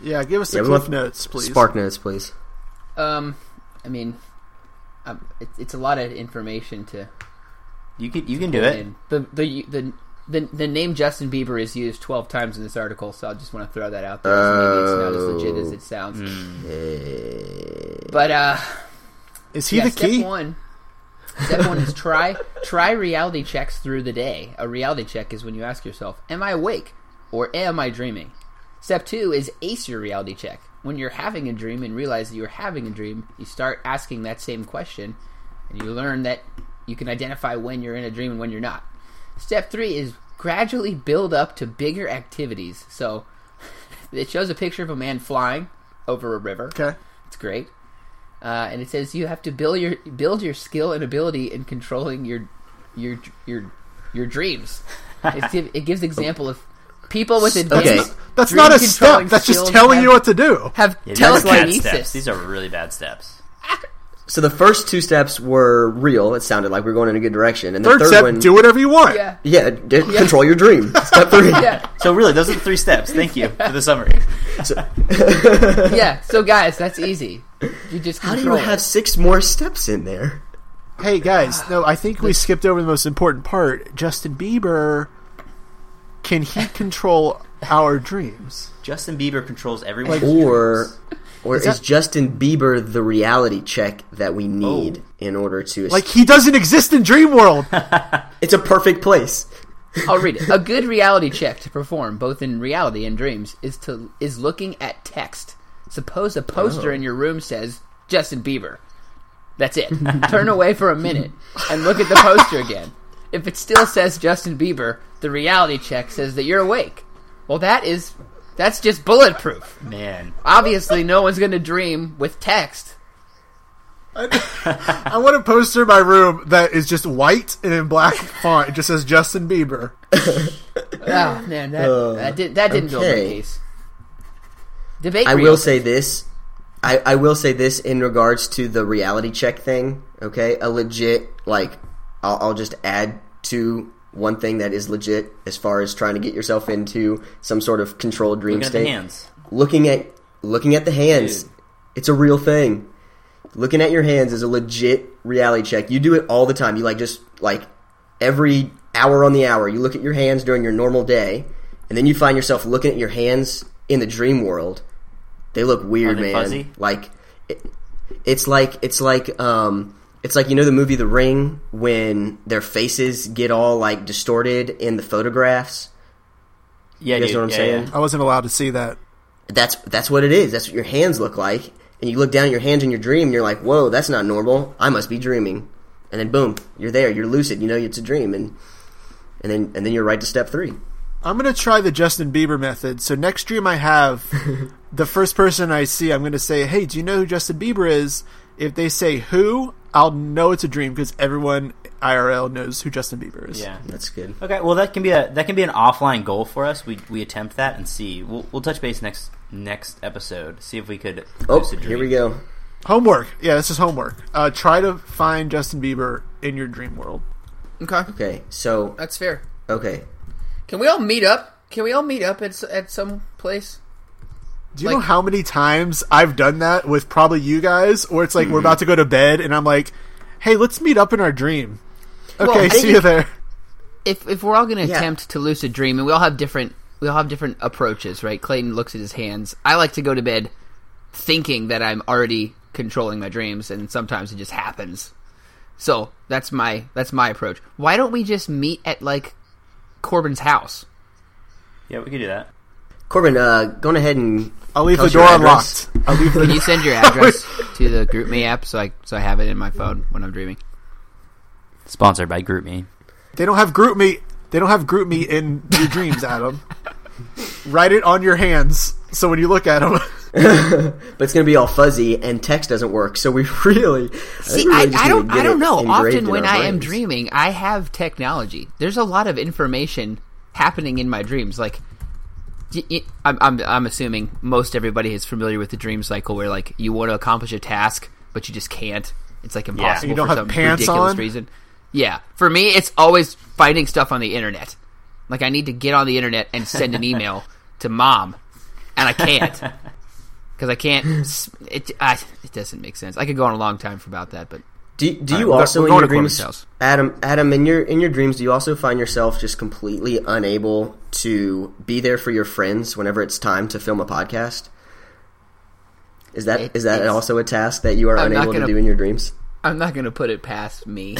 A: Yeah, give us the
D: Yeah, we
A: cliff
D: want-
A: notes, please.
D: Spark notes, please.
E: Um, I mean, um, it's it's a lot of information to
C: You can you can do
D: Eh.
C: it.
E: and the the the. The, the name Justin Bieber is used 12 times in this article, so I just want to throw that out there. So maybe it's not as legit as it sounds.
D: Oh,
E: But uh,
A: Is he
E: yeah,
A: the
E: step
A: key?
E: one. Step one is try try reality checks through the day. A reality check is when you ask yourself, "Am I awake?" or "Am I dreaming?" Step two is ace your reality check. When you're having a dream and realize that you're having a dream, you start asking that same question, and you learn that you can identify when you're in a dream and when you're not. Step three is gradually build up to bigger activities. So <laughs> it shows a picture of a man flying over a river.
A: Okay.
E: It's great. Uh, and it says you have to build your build your skill and ability in controlling your your your your dreams.
A: <laughs>
E: It's give, it gives example of people with advanced
A: That's
E: dream
A: not a
E: controlling
A: step. That's just
E: skills
A: telling
E: have,
A: you what to do.
E: have
C: Yeah, these are bad steps.
E: telekinesis.
C: These are really bad steps.
D: So the first two steps were real. It sounded like we were going in a good direction. And the
A: Third,
D: third,
A: step,
D: one,
A: do whatever you want.
E: Yeah,
D: yeah, d- control your dream. Step three.
E: yeah,
C: So really, those are the three steps. Thank you for the summary.
E: yeah. So guys, that's easy. You just
D: How do you
E: control it.
D: have six more steps in there?
A: Hey guys, no, I think we skipped over the most important part. Justin Bieber, can he control our dreams?
C: Justin Bieber controls everyone.
D: Or, or is, Justin Bieber the reality check that we need in order to?
A: Like he doesn't exist in dream world.
D: it's a perfect place.
E: I'll read it. A good reality check to perform, both in reality and dreams, is to is looking at text. Suppose a poster
D: Oh.
E: in your room says Justin Bieber. That's it. <laughs> Turn away for a minute and look at the poster again. If it still says Justin Bieber, the reality check says that you're awake. Well, that is that's just bulletproof.
C: man.
E: Obviously, no one's going to dream with text.
A: I want a poster in my room that is just white and in black font. It just says Justin Bieber.
E: Oh man, that that, did, that didn't build
D: Uh, okay.
E: my case. Debate.
D: I
E: reel.
D: will say this. I, I will say this in regards to the reality check thing. Okay, a legit like I'll, I'll just add to one thing that is legit as far as trying to get yourself into some sort of controlled dream
C: Look at
D: state.
C: the hands.
D: Looking at looking at the hands,
C: Dude.
D: it's a real thing. Looking at your hands is a legit reality check. You do it all the time. You like just like every hour on the hour. You look at your hands during your normal day, and then you find yourself looking at your hands in the dream world. They look weird,
C: Are they
D: man.
C: fuzzy?
D: Like it, it's like it's like um it's like you know the movie The Ring when their faces get all like distorted in the photographs.
C: Yeah,
D: You guys
C: dude.
D: know what I'm
C: yeah,
D: saying?
C: yeah.
A: I wasn't allowed to see that.
D: that's that's what it is. That's what your hands look like. And you look down at your hands in your dream, and you're like, "Whoa, that's not normal. I must be dreaming." And then boom, you're there. You're lucid. You know it's a dream, and and then and then you're right to step three.
A: I'm gonna try the Justin Bieber method. So next dream I have, the first person I see, I'm gonna say, "Hey, do you know who Justin Bieber is?" If they say who, I'll know it's a dream because everyone IRL knows who Justin Bieber is.
C: Yeah.
D: That's good.
C: Okay, well that can be a that can be an offline goal for us. We we attempt that and see. We'll we'll touch base next next episode. See if we could.
D: Oh,
C: lucid
D: here
C: dream.
D: we go.
A: Homework. Yeah, this is homework. Uh, try to find Justin Bieber in your dream world.
E: Okay,
D: Okay, so
E: that's fair.
D: okay,
E: Can we all meet up? Can we all meet up at s- at some place?
A: Do you
E: Like-
A: know how many times I've done that with probably you guys, where it's like
D: Mm-hmm.
A: we're about to go to bed and I'm like, "Hey, let's meet up in our dream." Okay,
E: I
A: see you there.
F: If if we're all going to
D: Yeah.
F: attempt to lucid dream, and we all have different we all have different approaches, right? Clayton looks at his hands. I like to go to bed thinking that I'm already controlling my dreams, and sometimes it just happens. So that's my that's my approach. Why don't we just meet at like Corbin's house?
C: Yeah, we could do that.
D: Corbin, uh, go on ahead and
A: I'll leave
D: tell
A: the
D: us your
A: door
D: address.
A: unlocked. I'll leave
E: Can
A: the
E: you send your address to the GroupMe app so I so I have it in my phone when I'm dreaming?
C: Sponsored by GroupMe.
A: They don't have group me. They don't have group me in your dreams, Adam. Write it on your hands so when you look at them,
D: But it's going to be all fuzzy, and text doesn't work. So we <laughs> really
E: See,
D: think we
E: I,
D: really just
E: I
D: need
E: don't,
D: to get
E: I don't
D: it
E: know.
D: engraved
E: Often
D: in
E: when
D: our
E: I am
D: brains.
E: dreaming, I have technology. There's a lot of information happening in my dreams. Like, y- y- I'm, I'm, I'm assuming most everybody is familiar with the dream cycle, where like you want to accomplish a task, but you just can't. It's like impossible
A: You don't
E: for
A: have
E: some
A: pants
E: ridiculous
A: on?
E: reason. Yeah, for me, it's always finding stuff on the internet. Like I need to get on the internet and send an email to mom, and I can't. because I can't. s- It I, it doesn't make sense. I could go on a long time for about that, but
D: Do, do
A: Alright,
D: you
A: we're go-
D: also
A: we're
D: in
A: going
D: your
A: to Corbin's
D: dreams,
E: house.
D: Adam? Adam, in your in your dreams, do you also find yourself just completely unable to be there for your friends whenever it's time to film a podcast? Is that is
E: It-
D: that
E: it's-
D: also a task that you are
E: I'm not
D: unable to
E: gonna-
D: do in your dreams?
E: I'm not gonna put it past me.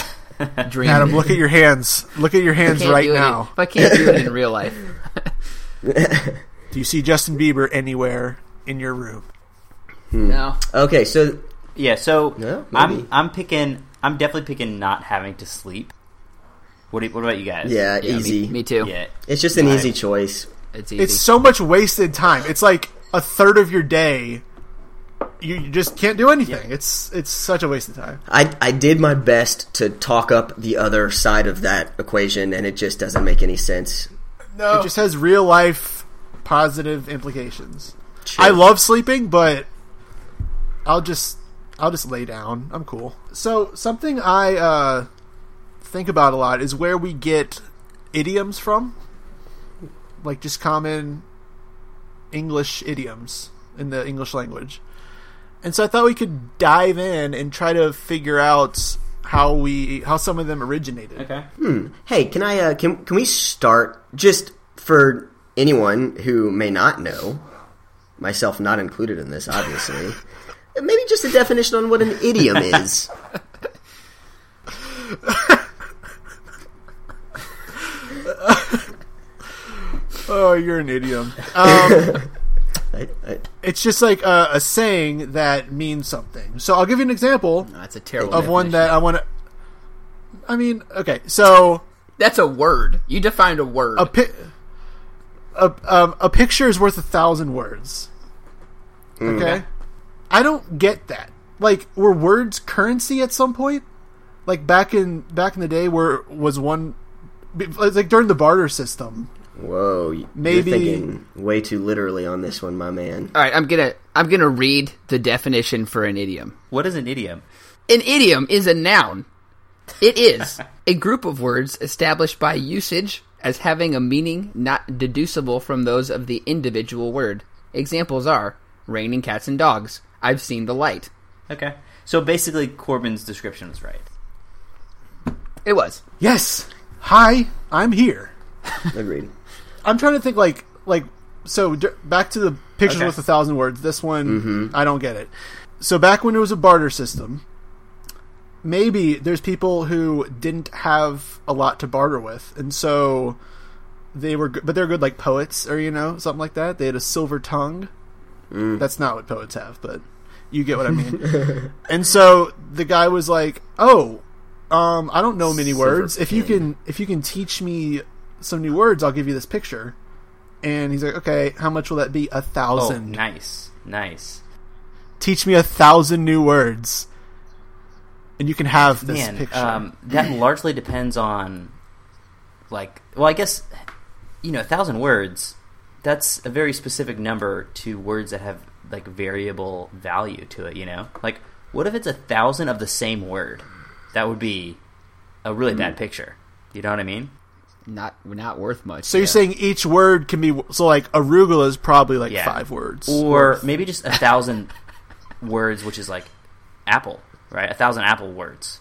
A: <laughs>
E: Dream
A: Adam, look at your hands. Look at your hands right now.
E: If I can't do it in real life,
A: Do you see Justin Bieber anywhere in your room?
E: no. Uh,
D: Okay, so
C: Yeah, so
D: Yeah, maybe.
C: I'm I'm picking I'm definitely picking not having to sleep. What do, what about you guys?
D: yeah,
E: Yeah, me-
D: easy.
E: Me, too.
C: Yeah.
D: It's just an easy choice.
E: It's easy.
A: It's so much wasted time. It's like a third of your day. You you just can't do anything. It's it's such a waste of time.
D: I I did my best to talk up the other side of that equation, and it just doesn't make any sense.
A: No, it just has real life positive implications.
D: Sure.
A: I love sleeping, but I'll just I'll just lay down. I'm cool. So something I uh, think about a lot is where we get idioms from, like just common English idioms in the English language. And so I thought we could dive in and try to figure out how we how some of them originated.
C: Okay.
D: Hey, can I uh, can can we start just for anyone who may not know, myself not included in this, obviously. <laughs> maybe just a definition on what an
A: <laughs>
D: idiom is.
A: Oh, you're an idiom. Um,
D: I, I,
A: it's just like a, a saying that means something. So I'll give you an example
E: No, it's a terrible.
A: of one
E: definition.
A: that I want to. I mean, okay, so
E: That's a word. You defined a word.
A: a pi- a um, a picture is worth a thousand words. Okay, I don't get that. Like, were words currency at some point? Like back in back in the day, where was one? Like during the barter system,
D: whoa, y-
A: Maybe-
D: you're thinking way too literally on this one, my man.
E: All right, I'm gonna I'm gonna read the definition for an idiom.
C: What is an idiom?
E: An idiom is a noun. It is a group of words established by usage as having a meaning not deducible from those of the individual word. Examples are raining cats and dogs. I've seen the light.
C: Okay. So basically Corbin's description was right.
E: It was.
A: yes. Hi, I'm here.
D: Agreed.
A: I'm trying to think like like so d- back to the pictures
C: Okay.
A: with a thousand words. This one I don't get it. So back when it was a barter system, maybe there's people who didn't have a lot to barter with, and so they were good, but they're good like poets or you know something like that. They had a silver tongue. That's not what poets have, but you get what I mean. and so the guy was like, "Oh, um, I don't know many words. If you can, if you can teach me some new words, I'll give you this picture." And he's like, "Okay, how much will that be? A
C: Oh,
A: thousand.
C: nice. Nice.
A: Teach me a thousand new words, and you can have this
C: Man,
A: picture."
C: um,
A: <clears throat>
C: that largely depends on like well, I guess you know, a thousand words, that's a very specific number to words that have like variable value to it, you know? Like what if it's a thousand of the same word? That would be a really
A: Mm.
C: bad picture. You know what I mean?
E: Not not worth much.
A: so you're saying each word can be so like arugula is probably like
C: Yeah.
A: five words.
C: or maybe just
A: <laughs>
C: a thousand words, which is like apple, right? A thousand apple words.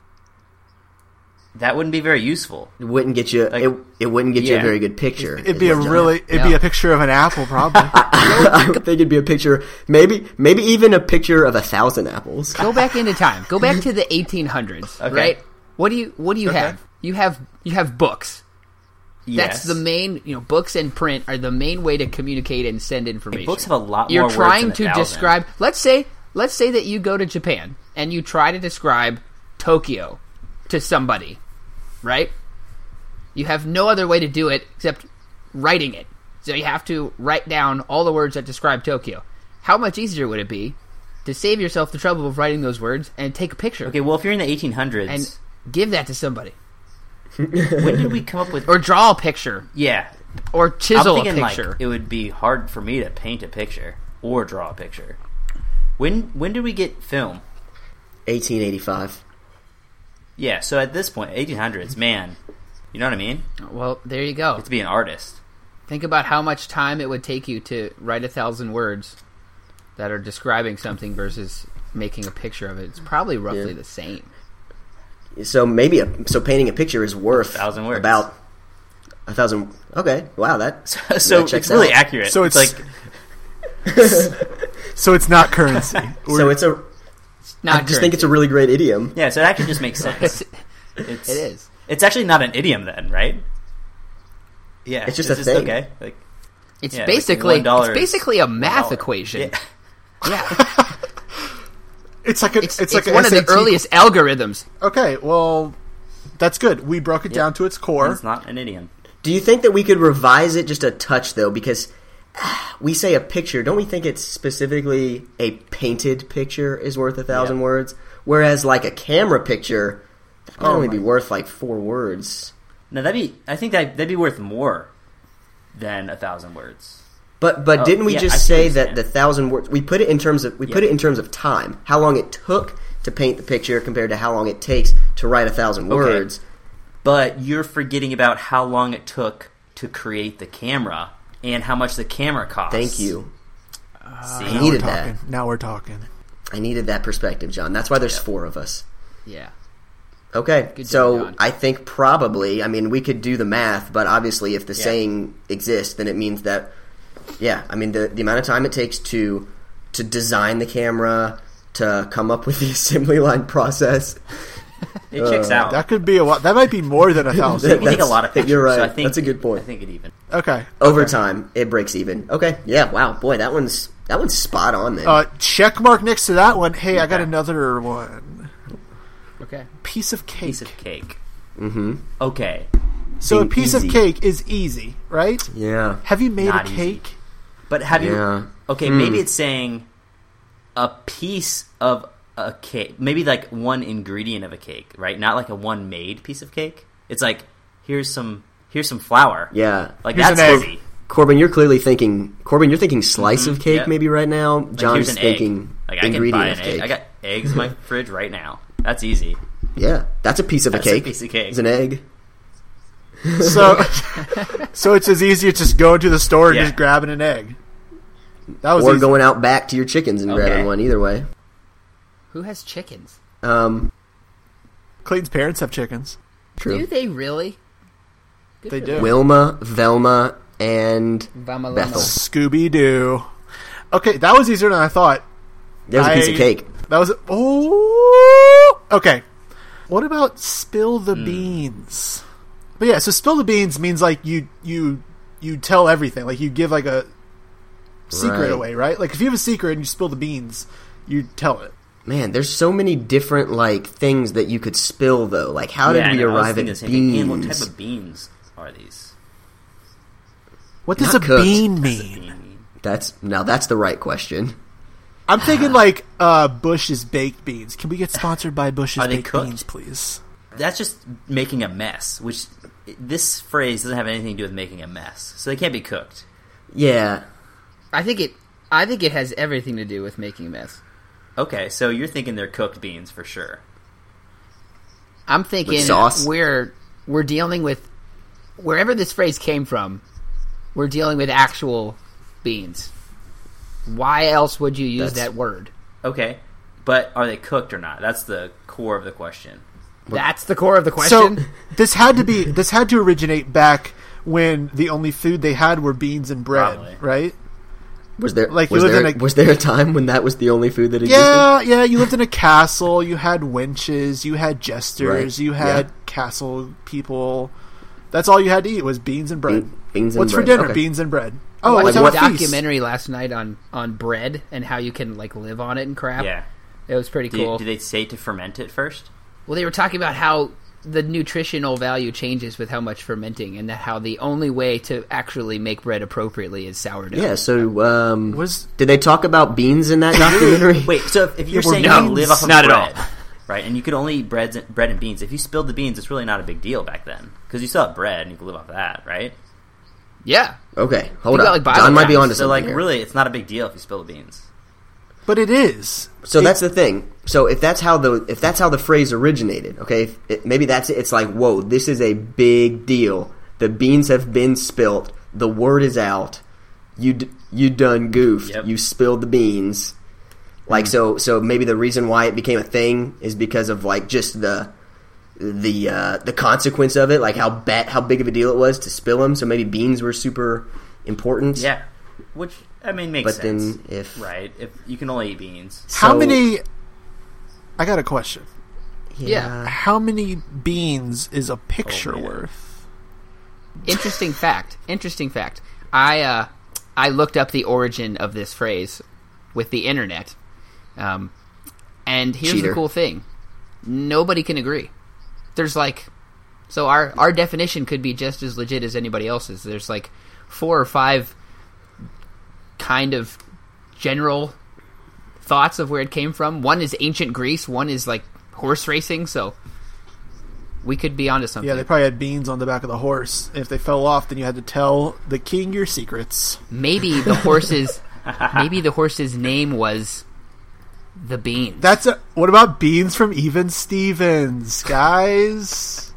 C: That wouldn't be very useful.
D: It wouldn't get you.
C: Like-
D: it, it wouldn't get you a
C: Yeah.
D: very good picture.
A: It'd be a
D: John.
A: really, it'd be
E: Yeah.
A: a picture of an apple, probably.
D: <laughs> I think it'd be a picture. Maybe, maybe even a picture of a thousand apples.
E: go back into time. Go back to the 1800s,
C: Okay.
E: right? What do you what do you
A: Okay.
E: have? You have you have books.
C: Yes.
E: That's the main, you know, books and print are the main way to communicate and send information.
C: books have a lot
E: You're
C: more words
E: trying
C: than a
E: to
C: thousand.
E: describe. Let's say, let's say that you go to Japan and you try to describe Tokyo to somebody, right? You have no other way to do it except writing it. So you have to write down all the words that describe Tokyo. How much easier would it be to save yourself the trouble of writing those words and take a picture
C: Okay, well, if you're in the 1800s,
E: and give that to somebody
C: <laughs> when did we come up with?
E: or draw a picture
C: yeah,
E: or
C: I'm
E: chisel a
C: thinking like
E: picture?
C: it would be hard for me to paint a picture or draw a picture. When when did we get film?
D: 1885.
C: Yeah, so at this point, 1800s, man, you know what I mean?
E: Well, there you go.
C: To be an artist, <laughs>
E: Think about how much time it would take you to write a thousand words that are describing something versus making a picture of it. It's probably roughly
D: Yeah.
E: the same.
D: So maybe a, so painting a picture is worth
C: A thousand words.
D: About a thousand. Okay, wow, that
C: <laughs> so
D: that checks
C: it's really
D: out.
C: accurate.
A: So it's-
C: like
A: So it's not currency.
D: So it's a.
E: Not
D: I just think it's a really great idiom.
C: yeah, so it actually
E: <laughs>
C: just makes sense. It's,
D: <laughs>
E: it is.
C: It's actually not an idiom then, right? Yeah,
D: It's just a thing.
C: Okay, like
E: It's
C: yeah, like
E: basically
C: $1
E: it's basically a math
C: dollar.
E: equation.
C: Yeah.
E: Yeah.
A: It's like a,
E: It's,
A: it's, like a
E: one of the
A: SAT.
E: earliest algorithms.
A: Okay, well, that's good. We broke it down to its core.
C: it's not an idiom.
D: Do you think that we could revise it just a touch though? Because ah, we say a picture, don't we think it's specifically a painted picture is worth a thousand
C: Yeah.
D: words? Whereas like a camera picture, that
C: Oh
D: might only be worth like four words.
C: No, that'd be. I think that that'd be worth more than a thousand words.
D: But but
C: Oh,
D: didn't we
C: yeah, I
D: just
C: see what
D: say
C: you're
D: that
C: saying.
D: the thousand words we put it in terms of we put
C: Yeah.
D: it in terms of time, how long it took to paint the picture compared to how long it takes to write a thousand words.
C: But you're forgetting about how long it took to create the camera and how much the camera costs.
D: Thank you.
C: See?
D: I needed
A: talking.
D: that.
A: Now we're talking.
D: I needed that perspective, John. That's why there's four of us.
E: Yeah.
D: Okay,
E: Good job,
D: so
E: John.
D: I think probably, I mean, we could do the math, but obviously, if the
C: Yeah.
D: saying exists, then it means that, yeah, I mean, the, the amount of time it takes to to design the camera, to come up with the <laughs> assembly line process,
C: it checks out.
A: That could be a lot. That might be more than a
C: we
A: thousand.
C: can take a
D: Uh, that's-
C: lot of pictures.
D: you're right.
C: So I think,
D: That's a good point.
C: I think it even.
A: Okay.
D: over time, it breaks even. Okay, yeah, wow, boy, that one's that one's spot on then.
A: Uh, check mark next to that one. Hey, I got another one.
E: Okay.
A: Piece of cake.
C: Piece of cake. Mm-hmm. Okay.
A: so a
D: being
A: piece
D: easy.
A: of cake is easy, right?
D: yeah,
A: Have you made
C: Not
A: a
C: easy.
A: cake?
C: But have
D: Yeah. Hmm.
C: you? Okay, maybe it's saying a piece of a cake. Maybe like one ingredient of a cake, right? Not like a one-made piece of cake. It's like here's some here's some flour.
D: yeah.
C: like
A: Here's an
C: that's
A: egg.
C: easy.
D: Corbin, you're clearly thinking. Corbin, you're thinking slice of cake
C: Mm-hmm. yeah.
D: maybe right now. John's
C: here's an egg.
D: thinking
C: Like I can buy
D: ingredient
C: an
D: of
C: egg.
D: cake.
C: I got
D: <laughs>
C: eggs in my fridge right now. That's easy.
D: yeah, that's a piece of
C: <laughs> That's
D: a cake.
C: a piece of cake.
D: It's an egg.
A: So, so it's as easy as just going to the store and
C: Yeah.
A: just grabbing an egg. That was
D: or
A: easy.
D: going out back to your chickens and
C: Oh, Okay.
D: grabbing one. Either way,
E: Who has chickens?
D: um,
A: Clayton's parents have chickens.
E: Do
D: true.
E: they really?
A: They do.
D: Wilma, Velma, and
E: Vama
D: Bethel.
E: lama.
A: Scooby Doo. Okay, that was easier than I thought.
D: there's a piece
A: I-
D: of cake.
A: That was oh okay. What about spill the
C: Hmm.
A: beans? But yeah, so spill the beans means like you you you tell everything, like you give like a secret
D: Right.
A: away, right? Like if you have a secret and you spill the beans, you tell it.
D: Man, there's so many different like things that you could spill though. Like, how
C: Yeah, I
D: did we
C: know. I was
D: arrive
C: thinking the
D: at
C: same thing. And what
D: beans?
C: type of beans are these?
A: What does
D: Not
A: a
D: cooked.
A: bean
C: What does a
A: mean?
C: bean mean?
D: That's now that's the right question.
A: I'm thinking like uh, Bush's baked beans. Can we get sponsored by Bush's
C: Are they
A: baked
C: cooked?
A: beans, please?
C: That's just making a mess. Which this phrase doesn't have anything to do with making a mess. So they can't be cooked.
D: Yeah,
E: I think it I think it has everything to do with making a mess.
C: Okay, so you're thinking they're cooked beans for sure.
E: I'm thinking
D: With sauce?
E: we're we're dealing with wherever this phrase came from, we're dealing with actual beans. Why else would you use
D: That's-
E: that word?
C: Okay, but are they cooked or not? That's the core of the question.
E: That's the core of the question.
A: So this had to be this had to originate back when the only food they had were beans and bread,
C: Probably.
A: right?
D: was there
A: Like,
D: like
A: you
D: was
A: lived
D: there
A: in a-
D: was there a time when that was the only food that existed?
A: Yeah, yeah. You lived in a castle. You had wenches. You had jesters.
D: Right,
A: You had
D: yeah.
A: castle people. That's all you had to eat was beans and bread.
D: Be- beans and
A: What's
D: bread,
A: for dinner?
D: okay.
A: Beans and bread. Oh,
E: I
A: it's
E: watched
A: a
E: a
A: feast.
E: documentary last night on on bread and how you can like live on it and crap.
C: Yeah.
E: It was pretty
C: Do,
E: cool.
C: do they say to ferment it first?
E: well, they were talking about how the nutritional value changes with how much fermenting, and that how the only way to actually make bread appropriately is sourdough.
D: Yeah. So, um,
A: Was-
D: did they talk about beans in
A: <laughs>
D: that documentary?
C: Wait, so <laughs> if, if you're
A: were
C: saying you
A: beans.
C: can live off of
G: Not at
C: bread, <laughs>
G: all.
C: right? And you could only eat breads, bread and beans. If you spilled the beans, it's really not a big deal back then because you still have bread and you could live off that, right?
E: yeah.
D: Okay, hold up.
E: Think about, like, Bible
D: John might be
E: apps.
D: onto
C: So
D: something.
C: like,
D: here.
C: really, it's not a big deal if you spill the beans.
A: But it is.
D: So
A: It-
D: that's the thing. So if that's how the if that's how the phrase originated, okay, if it, maybe that's it. It's like, whoa, this is a big deal. The beans have been spilt. The word is out. You d- you done goofed.
C: Yep. Mm-hmm.
D: You spilled the beans. Like so so maybe the reason why it became a thing is because of like just the the uh, the consequence of it, like how bad how big of a deal it was to spill them. So maybe beans were super important.
C: Yeah, which I mean makes
D: But
C: sense,
D: then if
C: right? If you can only eat beans,
A: How
D: so-
A: many? I got a question.
E: Yeah.
A: How many beans is a
D: Oh,
A: picture
C: man.
A: worth?
E: Interesting fact. Interesting fact. I uh, I looked up the origin of this phrase with the internet, um, and here's
D: Cheater.
E: the cool thing: nobody can agree. There's like, so our our definition could be just as legit as anybody else's. There's like four or five kind of general thoughts of where it came from. One is ancient Greece. One is like horse racing. So we could be onto something.
A: Yeah, they probably had beans on the back of the horse. If they fell off, then you had to tell the king your secrets.
E: maybe the horse's maybe the horse's name was the beans.
A: That's a, what about beans from Even Stevens, guys?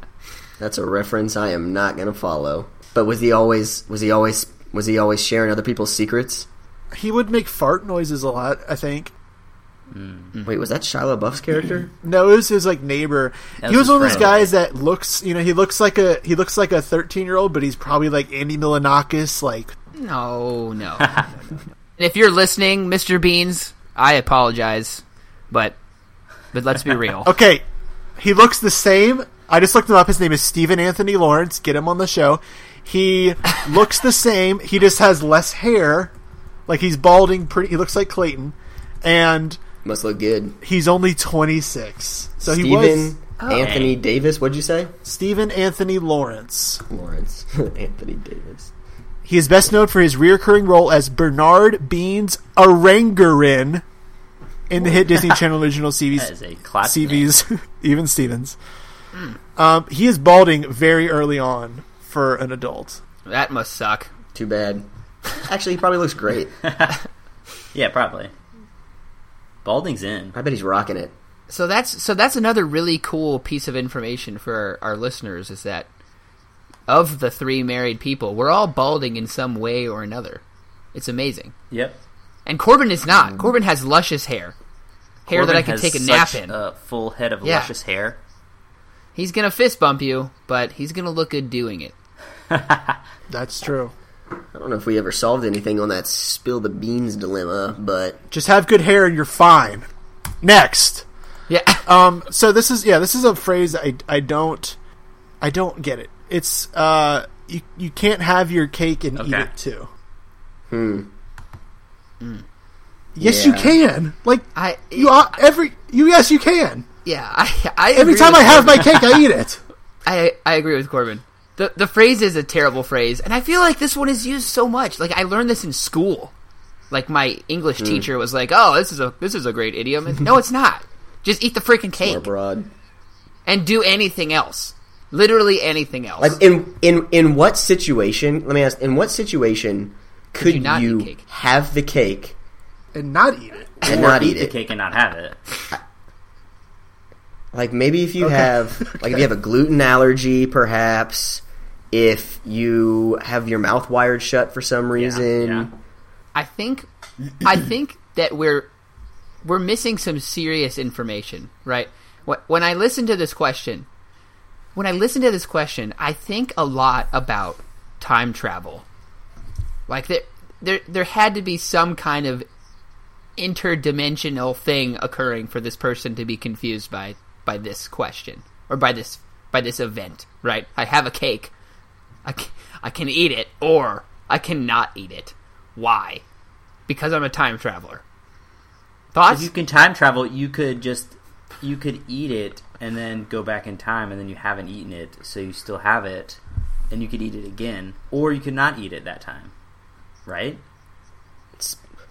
D: That's a reference I am not gonna follow. But was he always was he always was he always sharing other people's secrets?
A: he would make fart noises a lot. I think.
D: Wait, was that Shia LaBeouf's character?
A: No, it was his like neighbor.
C: That
A: he was
C: was his
A: one of those
C: friend.
A: guys that looks, you know, he looks like a he looks like a thirteen year old, but he's probably like Andy Milanakis, like
E: no, no. And if you're listening, Mr. Beans, I apologize, but but let's
C: <laughs>
E: be real.
A: Okay, he looks the same. I just looked him up. His name is Stephen Anthony Lawrence. Get him on the show. He
C: <laughs>
A: looks the same. He just has less hair. Like he's balding. Pretty. He looks like Clayton, and
D: Must look good.
A: he's only twenty six. So
D: Stephen
A: he was
D: Anthony Davis, what'd you say?
A: Stephen Anthony Lawrence.
D: Lawrence. <laughs> Anthony Davis.
A: He is best known for his recurring role as Bernard Beans Arangurin in the hit Disney Channel original
C: that
A: series
C: is a classic. name.
A: CVs, <laughs> even Stevens. Um, he is balding very early on for an adult.
E: That must suck.
D: Too bad. Actually he probably looks great.
C: Yeah, probably. Balding's in.
D: I bet he's rocking it.
E: So that's so that's another really cool piece of information for our, our listeners is that of the three married people, we're all balding in some way or another. It's amazing.
C: Yep.
E: And Corbin is not. Corbin has luscious hair. Hair that I
C: Mm. Corbin
E: can
C: has
E: take a nap
C: such
E: in.
C: A full head of
E: Yeah.
C: luscious hair.
E: He's gonna fist bump you, but he's gonna look good doing it.
A: That's true.
D: I don't know if we ever solved anything on that spill the beans dilemma, but
A: Just have good hair and you're fine. Next.
E: Yeah. <laughs>
A: Um, so this is yeah, this is a phrase I, I don't I don't get it. It's uh you you can't have your cake and eat
C: Okay.
A: it too. Hmm. Yes, you
D: Yeah.
A: can. Like
E: I
A: you are every you. Yes, you can.
E: yeah, I, I
A: Every
E: agree
A: time I
E: with
A: have my cake, I eat <laughs> it.
E: I I agree with Corbin. The the phrase is a terrible phrase, and I feel like this one is used so much. Like I learned this in school. Like my English teacher was like, "Oh, this is a this is a great idiom." And, no, it's
A: <laughs>
E: not. Just eat the freaking
D: or
E: cake
D: broad.
E: and do anything else. Literally anything else.
D: Like in in in what situation? Let me ask. In what situation could,
E: you not eat
D: you,
E: cake?
D: have the cake
A: And not eat it.
D: and
C: Or
D: not eat
C: the
D: it?
C: cake and not have it.
D: Like maybe if you
C: <laughs>
D: have like if you have a gluten allergy, perhaps if you have your mouth wired shut for some reason.
C: yeah.
E: I think I think that we're we're missing some serious information, right? Wh- When I listen to this question, when I listen to this question, I think a lot about time travel. Like there there there had to be some kind of interdimensional thing occurring for this person to be confused by by this question or by this by this event, right? I have a cake. I can, I can eat it or I cannot eat it. Why? Because I'm a time traveler.
C: If
E: Thoughts?
C: you can time travel, you could just you could eat it and then go back in time, and then you haven't eaten it, so you still have it, and you could eat it again, or you could not eat it that time, right?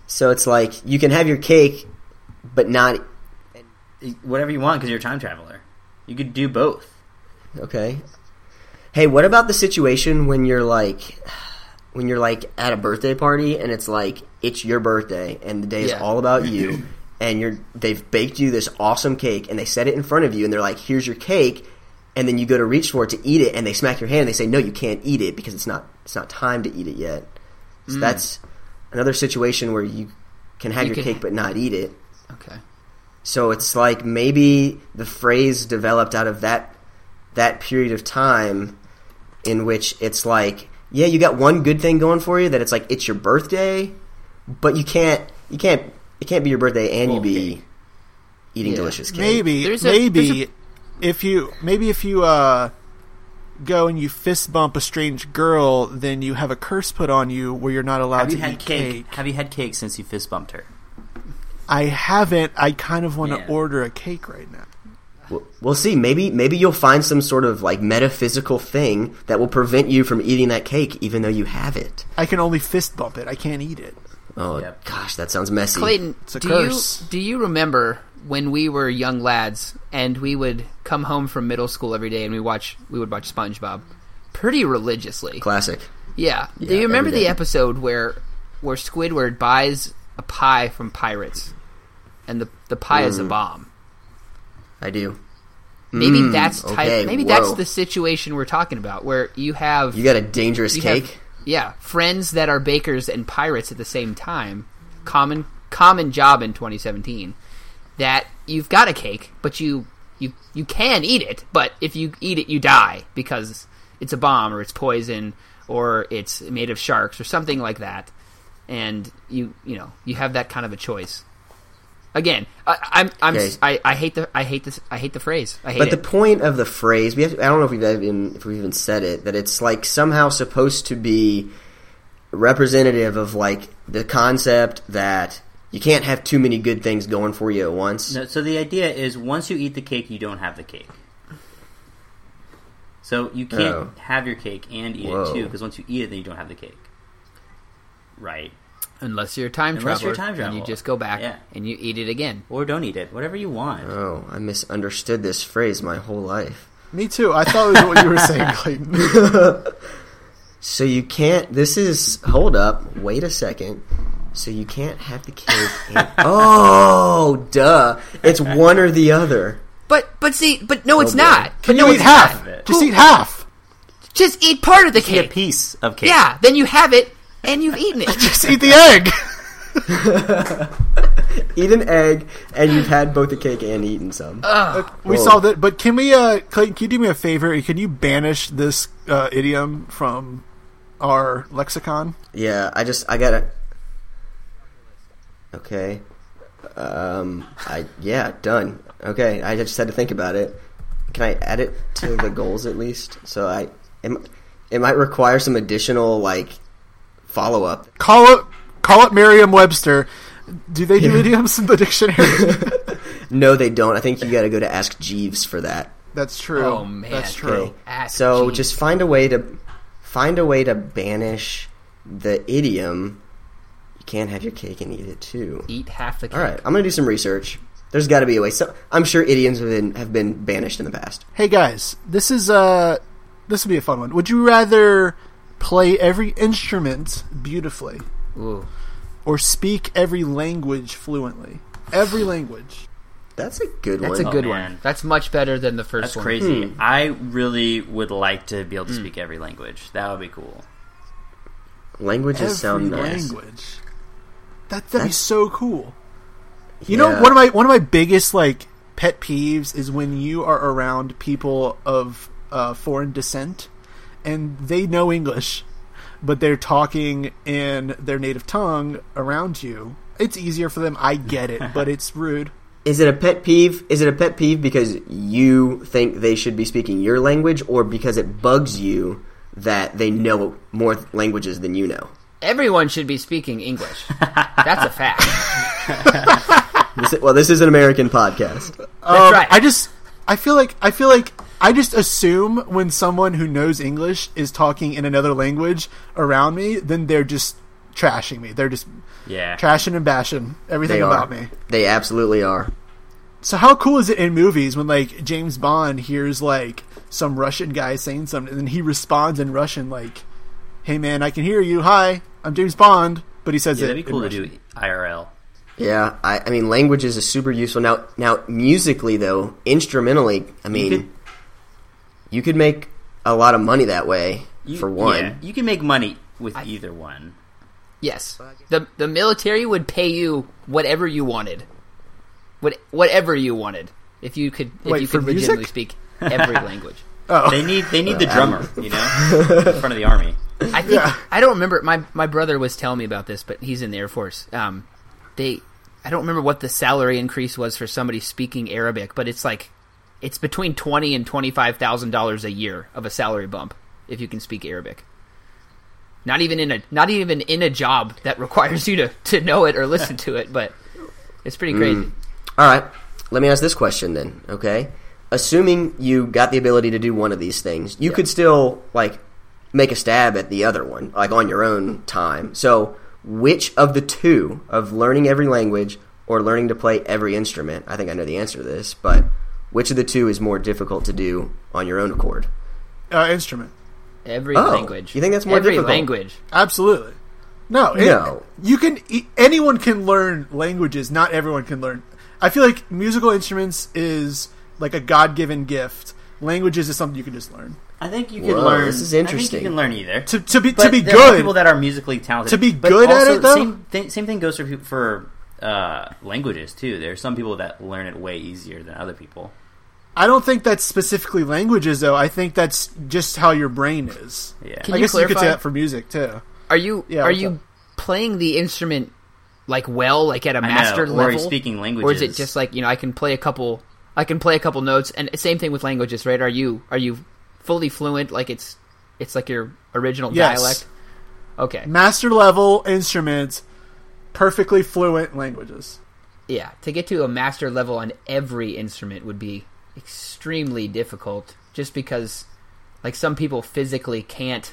D: So it's like you can have your cake, but not
C: E, Whatever you want, because you're a time traveler. You could do both.
D: okay. Hey, what about the situation when you're like when you're like at a birthday party and it's like it's your birthday and the day is
E: Yeah.
D: all
E: <clears throat>
D: about you and you're they've baked you this awesome cake and they set it in front of you and they're like here's your cake and then you go to reach for it to eat it and they smack your hand and they say no you can't eat it because it's not it's not time to eat it yet. So that's another situation where you can have
E: Mm. You
D: your
E: can-
D: cake but not eat it.
E: Okay.
D: So it's like maybe the phrase developed out of that that period of time in which it's like, yeah, you got one good thing going for you that it's like it's your birthday, but you can't you can't it can't be your birthday and you be eating
E: Yeah.
D: delicious cake.
A: Maybe,
E: There's a-
A: maybe if you maybe if you uh, go and you fist bump a strange girl, then you have a curse put on you where you're not allowed
C: Have you
A: to
C: had
A: eat
C: cake?
A: cake.
C: Have you had cake since you fist bumped her?
A: I haven't. I kind of want to
C: Yeah.
A: order a cake right now.
D: We'll- We'll see. Maybe maybe you'll find some sort of like metaphysical thing that will prevent you from eating that cake even though you have it.
A: I can only fist bump it. I can't eat it.
D: Oh
C: Yep.
D: gosh, that sounds messy.
E: Clayton,
A: It's a
E: do
A: curse.
E: you do you remember when we were young lads and we would come home from middle school every day and we watch we would watch SpongeBob pretty religiously.
D: Classic.
E: Yeah. Do
D: Yeah,
E: you remember
D: every day.
E: the episode where where Squidward buys a pie from pirates and the the pie is a bomb?
D: I do.
E: Maybe that's type
D: okay,
E: maybe
D: whoa.
E: that's the situation we're talking about where you have
D: You got a dangerous
E: you have-
D: cake.
E: yeah, friends that are bakers and pirates at the same time. Common common job in 2017. That you've got a cake, but you you you can eat it, but if you eat it, you die because it's a bomb or it's poison or it's made of sharks or something like that. And you you know you have that kind of a choice. Again, I, I'm I'm
D: Okay.
E: I, I hate the I hate this I hate the phrase. I hate
D: But
E: it.
D: the point of the phrase, we have to, I don't know if we've even if we've even said it that it's like somehow supposed to be representative of like the concept that you can't have too many good things going for you at once.
C: No, so the idea is once you eat the cake, you don't have the cake. So you can't
D: Oh.
C: have your cake and eat it
D: Whoa.
C: too, because once you eat it, then you don't have the cake. Right.
E: unless you're a time
C: Unless
E: traveler,
C: you're a time
E: and you
C: traveler.
E: just go back
C: Yeah.
E: and you eat it again.
C: Or don't eat it. Whatever you want.
D: Oh, I misunderstood this phrase my whole life.
A: Me too. I thought it was what you were saying, Clayton.
D: So you can't. This is hold up. Wait a second. So you can't have the cake.
E: <laughs>
D: And, oh, duh! It's one or the other.
E: But but see, but no, it's
D: boy.
E: not.
A: Can
E: but
A: you
E: no,
A: eat
E: it's
A: half?
E: Not.
A: Just
E: Who-
A: eat half.
E: Just eat part of the cake.
C: a piece of cake.
E: Yeah, then you have it and you've eaten <laughs> it.
A: Just eat the egg.
D: Eat an egg, and you've had both the cake and eaten some.
E: Oh,
A: We
D: Whoa.
A: solved it. But can we, uh, Clayton? Can you do me a favor? Can you banish this uh, idiom from our lexicon?
D: Yeah, I just I gotta. Okay. Um. I yeah done. Okay, I just had to think about it. Can I add it to the goals at least? So I am. It might require some additional like follow up.
A: Call it. Call it Merriam-Webster. Do they do idioms in the dictionary?
D: No, they don't. I think you got to go to Ask Jeeves for that.
A: That's true.
E: Oh, man.
A: that's true.
D: Okay.
E: Ask
D: so
E: Jeeves.
D: just find a way to find a way to banish the idiom. You can't have your cake and eat it too.
E: eat half the cake.
D: All right, I'm gonna do some research. There's got to be a way. So I'm sure idioms have been have been banished in the past.
A: Hey guys, this is uh, this would be a fun one. Would you rather play every instrument beautifully
E: Ooh.
A: or speak every language fluently? Every language.
D: That's a good
E: That's a
D: one.
E: good
C: Oh, man.
E: one. That's much better than the first
C: That's
E: one.
C: crazy.
D: Hmm.
C: I really would like to be able to speak every language. That would be cool.
D: Languages
A: every
D: sound nice.
A: language. That that'd be
D: That's-
A: so cool. You know,
D: Yeah.
A: one of my one of my biggest like pet peeves is when you are around people of uh, foreign descent and they know English, but they're talking in their native tongue around you. It's easier for them. I get it, but it's rude.
D: Is it a pet peeve? Is it a pet peeve because you think they should be speaking your language, or because it bugs you that they know more th- languages than you know.
H: Everyone should be speaking
A: <laughs>
H: English. That's a fact.
D: This, well, this is an American podcast.
H: That's right.
A: <laughs> Um, I just I feel like I feel like I just assume when someone who knows English is talking in another language around me, then they're just trashing me. They're just
C: Yeah.
A: trashing and bashing everything
D: They are.
A: about me.
D: They absolutely are.
A: So how cool is it in movies when like James Bond hears like some Russian guy saying something and then he responds in Russian like, "Hey man, I can hear you. Hi, I'm James Bond." But he says
C: Yeah,
A: it.
C: that'd be
A: in
C: cool to
A: Russian.
C: do IRL.
D: Yeah, I, I mean, languages is super useful now. Now, musically though, instrumentally, I mean, you
C: could-
D: could, make a lot of money that way.
C: You-
D: for one,
C: yeah, you can make money with
D: <laughs>
C: either one.
E: Yes. The the military would pay you whatever you wanted. What whatever you wanted. If you could if
A: Wait,
E: you
A: for
E: could legitimately
A: music?
E: speak
A: <laughs>
E: every language.
C: They need they need the drummer, you know,
D: <laughs>
C: in front of the army.
E: I think I don't remember my my brother was telling me about this, but he's in the Air Force. Um they I don't remember what the salary increase was for somebody speaking Arabic, but it's like it's between twenty and twenty five thousand dollars a year of a salary bump if you can speak Arabic. Not even in a not even in a job that requires you to, to know it or listen to it, but it's pretty crazy.
D: Mm. All right. Let me ask this question then, okay? Assuming you got the ability to do one of these things, you could still like make a stab at the other one, like on your own time. So, which of the two of learning every language or learning to play every instrument? I think I know the answer to this, but which of the two is more difficult to do on your own accord?
A: uh, instrument.
E: Every
D: Oh,
E: language.
D: you think that's more
E: Every
D: difficult?
E: language.
A: Absolutely. No, it-
D: No.
A: You can e- anyone can learn languages. Not everyone can learn. I feel like musical instruments is like a God given gift. Languages is something you can just learn.
C: I think you can
D: Whoa,
C: learn.
D: this is
C: I think
D: interesting.
C: you can learn either.
A: To to be
C: But
A: to be
C: there are
A: good.
C: people that are musically talented.
A: To be
C: But
A: good at
C: also,
A: it, though?
C: same, thi- same thing goes for peop- for uh, languages too. There are some people that learn it way easier than other people.
A: I don't think that's specifically languages though. I think that's just how your brain is.
C: Yeah,
E: Can
A: I
E: you
A: guess you could say
E: clarify?
A: that for music too.
E: Are you
A: Yeah,
E: are
A: what's
E: you
A: up?
E: playing the instrument like well, like at a
C: I know,
E: master
C: Or are you
E: level,
C: speaking languages,
E: or is it just like you know I can play a couple, I can play a couple notes, and same thing with languages, right? Are you are you fully fluent? Like it's it's like your original
A: Yes.
E: dialect. Okay,
A: Master level instruments, perfectly fluent languages.
E: yeah. To get to a master level on every instrument would be extremely difficult, just because like some people physically can't,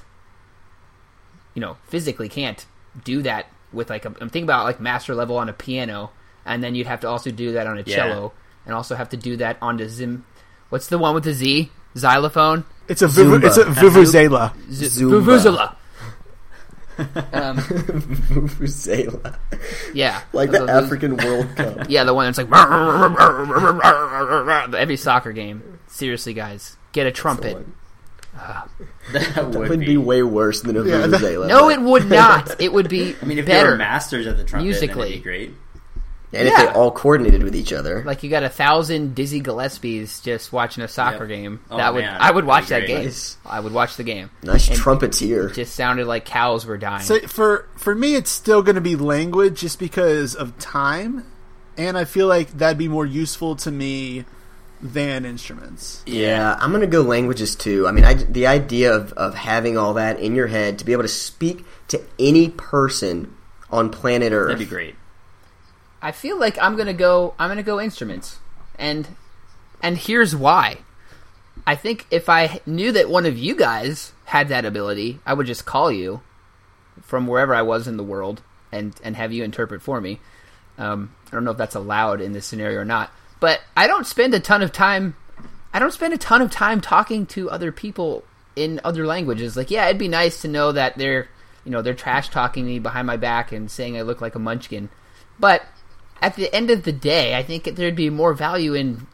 E: you know, physically can't do that with like a, I'm thinking about like master level on a piano, and then you'd have to also do that on a
C: Yeah.
E: cello, and also have to do that on the zim. What's the one with the Z? Xylophone.
A: It's a vuvu,
D: Zumba.
A: it's a vuvuzela.
E: Z-
D: Zumba.
E: Vuvuzela.
D: <laughs> <laughs>
E: um,
D: Vuvuzela.
E: yeah,
D: Like the African World Cup.
E: Yeah, the one that's like every soccer game. Seriously, guys, get a trumpet.
C: <laughs>
E: <laughs>
C: that
D: It
C: would,
D: would be way worse than a
A: Yeah, that-
D: Vuvuzela.
E: No,
D: but-
E: it would not. It would be
C: <laughs> I mean, if they were
E: better.
C: masters at the trumpet, musically,
E: Musically.
C: it'd be great.
D: And if they
E: yeah.
D: all coordinated with each other.
E: like you got a thousand Dizzy Gillespies just watching a soccer
C: Yep.
E: game.
C: Oh,
E: that would
C: man.
E: I would watch
C: That'd
E: that
C: be
E: game.
C: great.
D: Nice.
E: I would watch the game.
D: Nice
E: And
D: trumpeteer.
E: It just sounded like cows were dying.
A: So for for me, it's still going to be language just because of time, and I feel like that'd be more useful to me than instruments.
D: Yeah, I'm gonna go languages too. I mean, I, the idea of, of having all that in your head to be able to speak to any person on planet Earth.
C: That'd be great.
E: I feel like I'm gonna go. I'm gonna go instruments, and and here's why. I think if I knew that one of you guys had that ability, I would just call you from wherever I was in the world and and have you interpret for me. Um, I don't know if that's allowed in this scenario or not, but I don't spend a ton of time. I don't spend a ton of time talking to other people in other languages. Like, yeah, it'd be nice to know that they're you know they're trash talking me behind my back and saying I look like a munchkin, but at the end of the day, I think there'd be more value in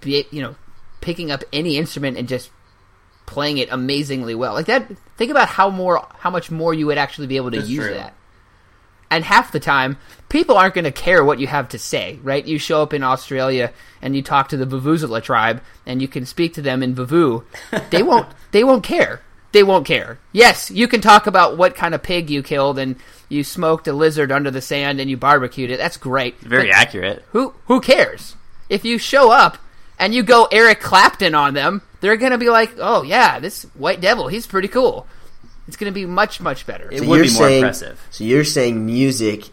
E: be you know picking up any instrument and just playing it amazingly well like that think about how more how much more you would actually be able to
C: That's
E: use
C: true.
E: that and half the time people aren't going to care what you have to say right you show up in australia and you talk to the vuvuzela tribe and you can speak to them in vuvu they won't they won't care they won't care yes you can talk about what kind of pig you killed and you smoked a lizard under the sand and you barbecued it that's great
C: Very
E: But-
C: accurate.
E: who who cares? If you show up and you go Eric Clapton on them, they're gonna be like, "Oh yeah, this White Devil, he's pretty cool." It's going to be much much better.
C: It would be more
D: saying,
C: impressive.
D: So you're saying music,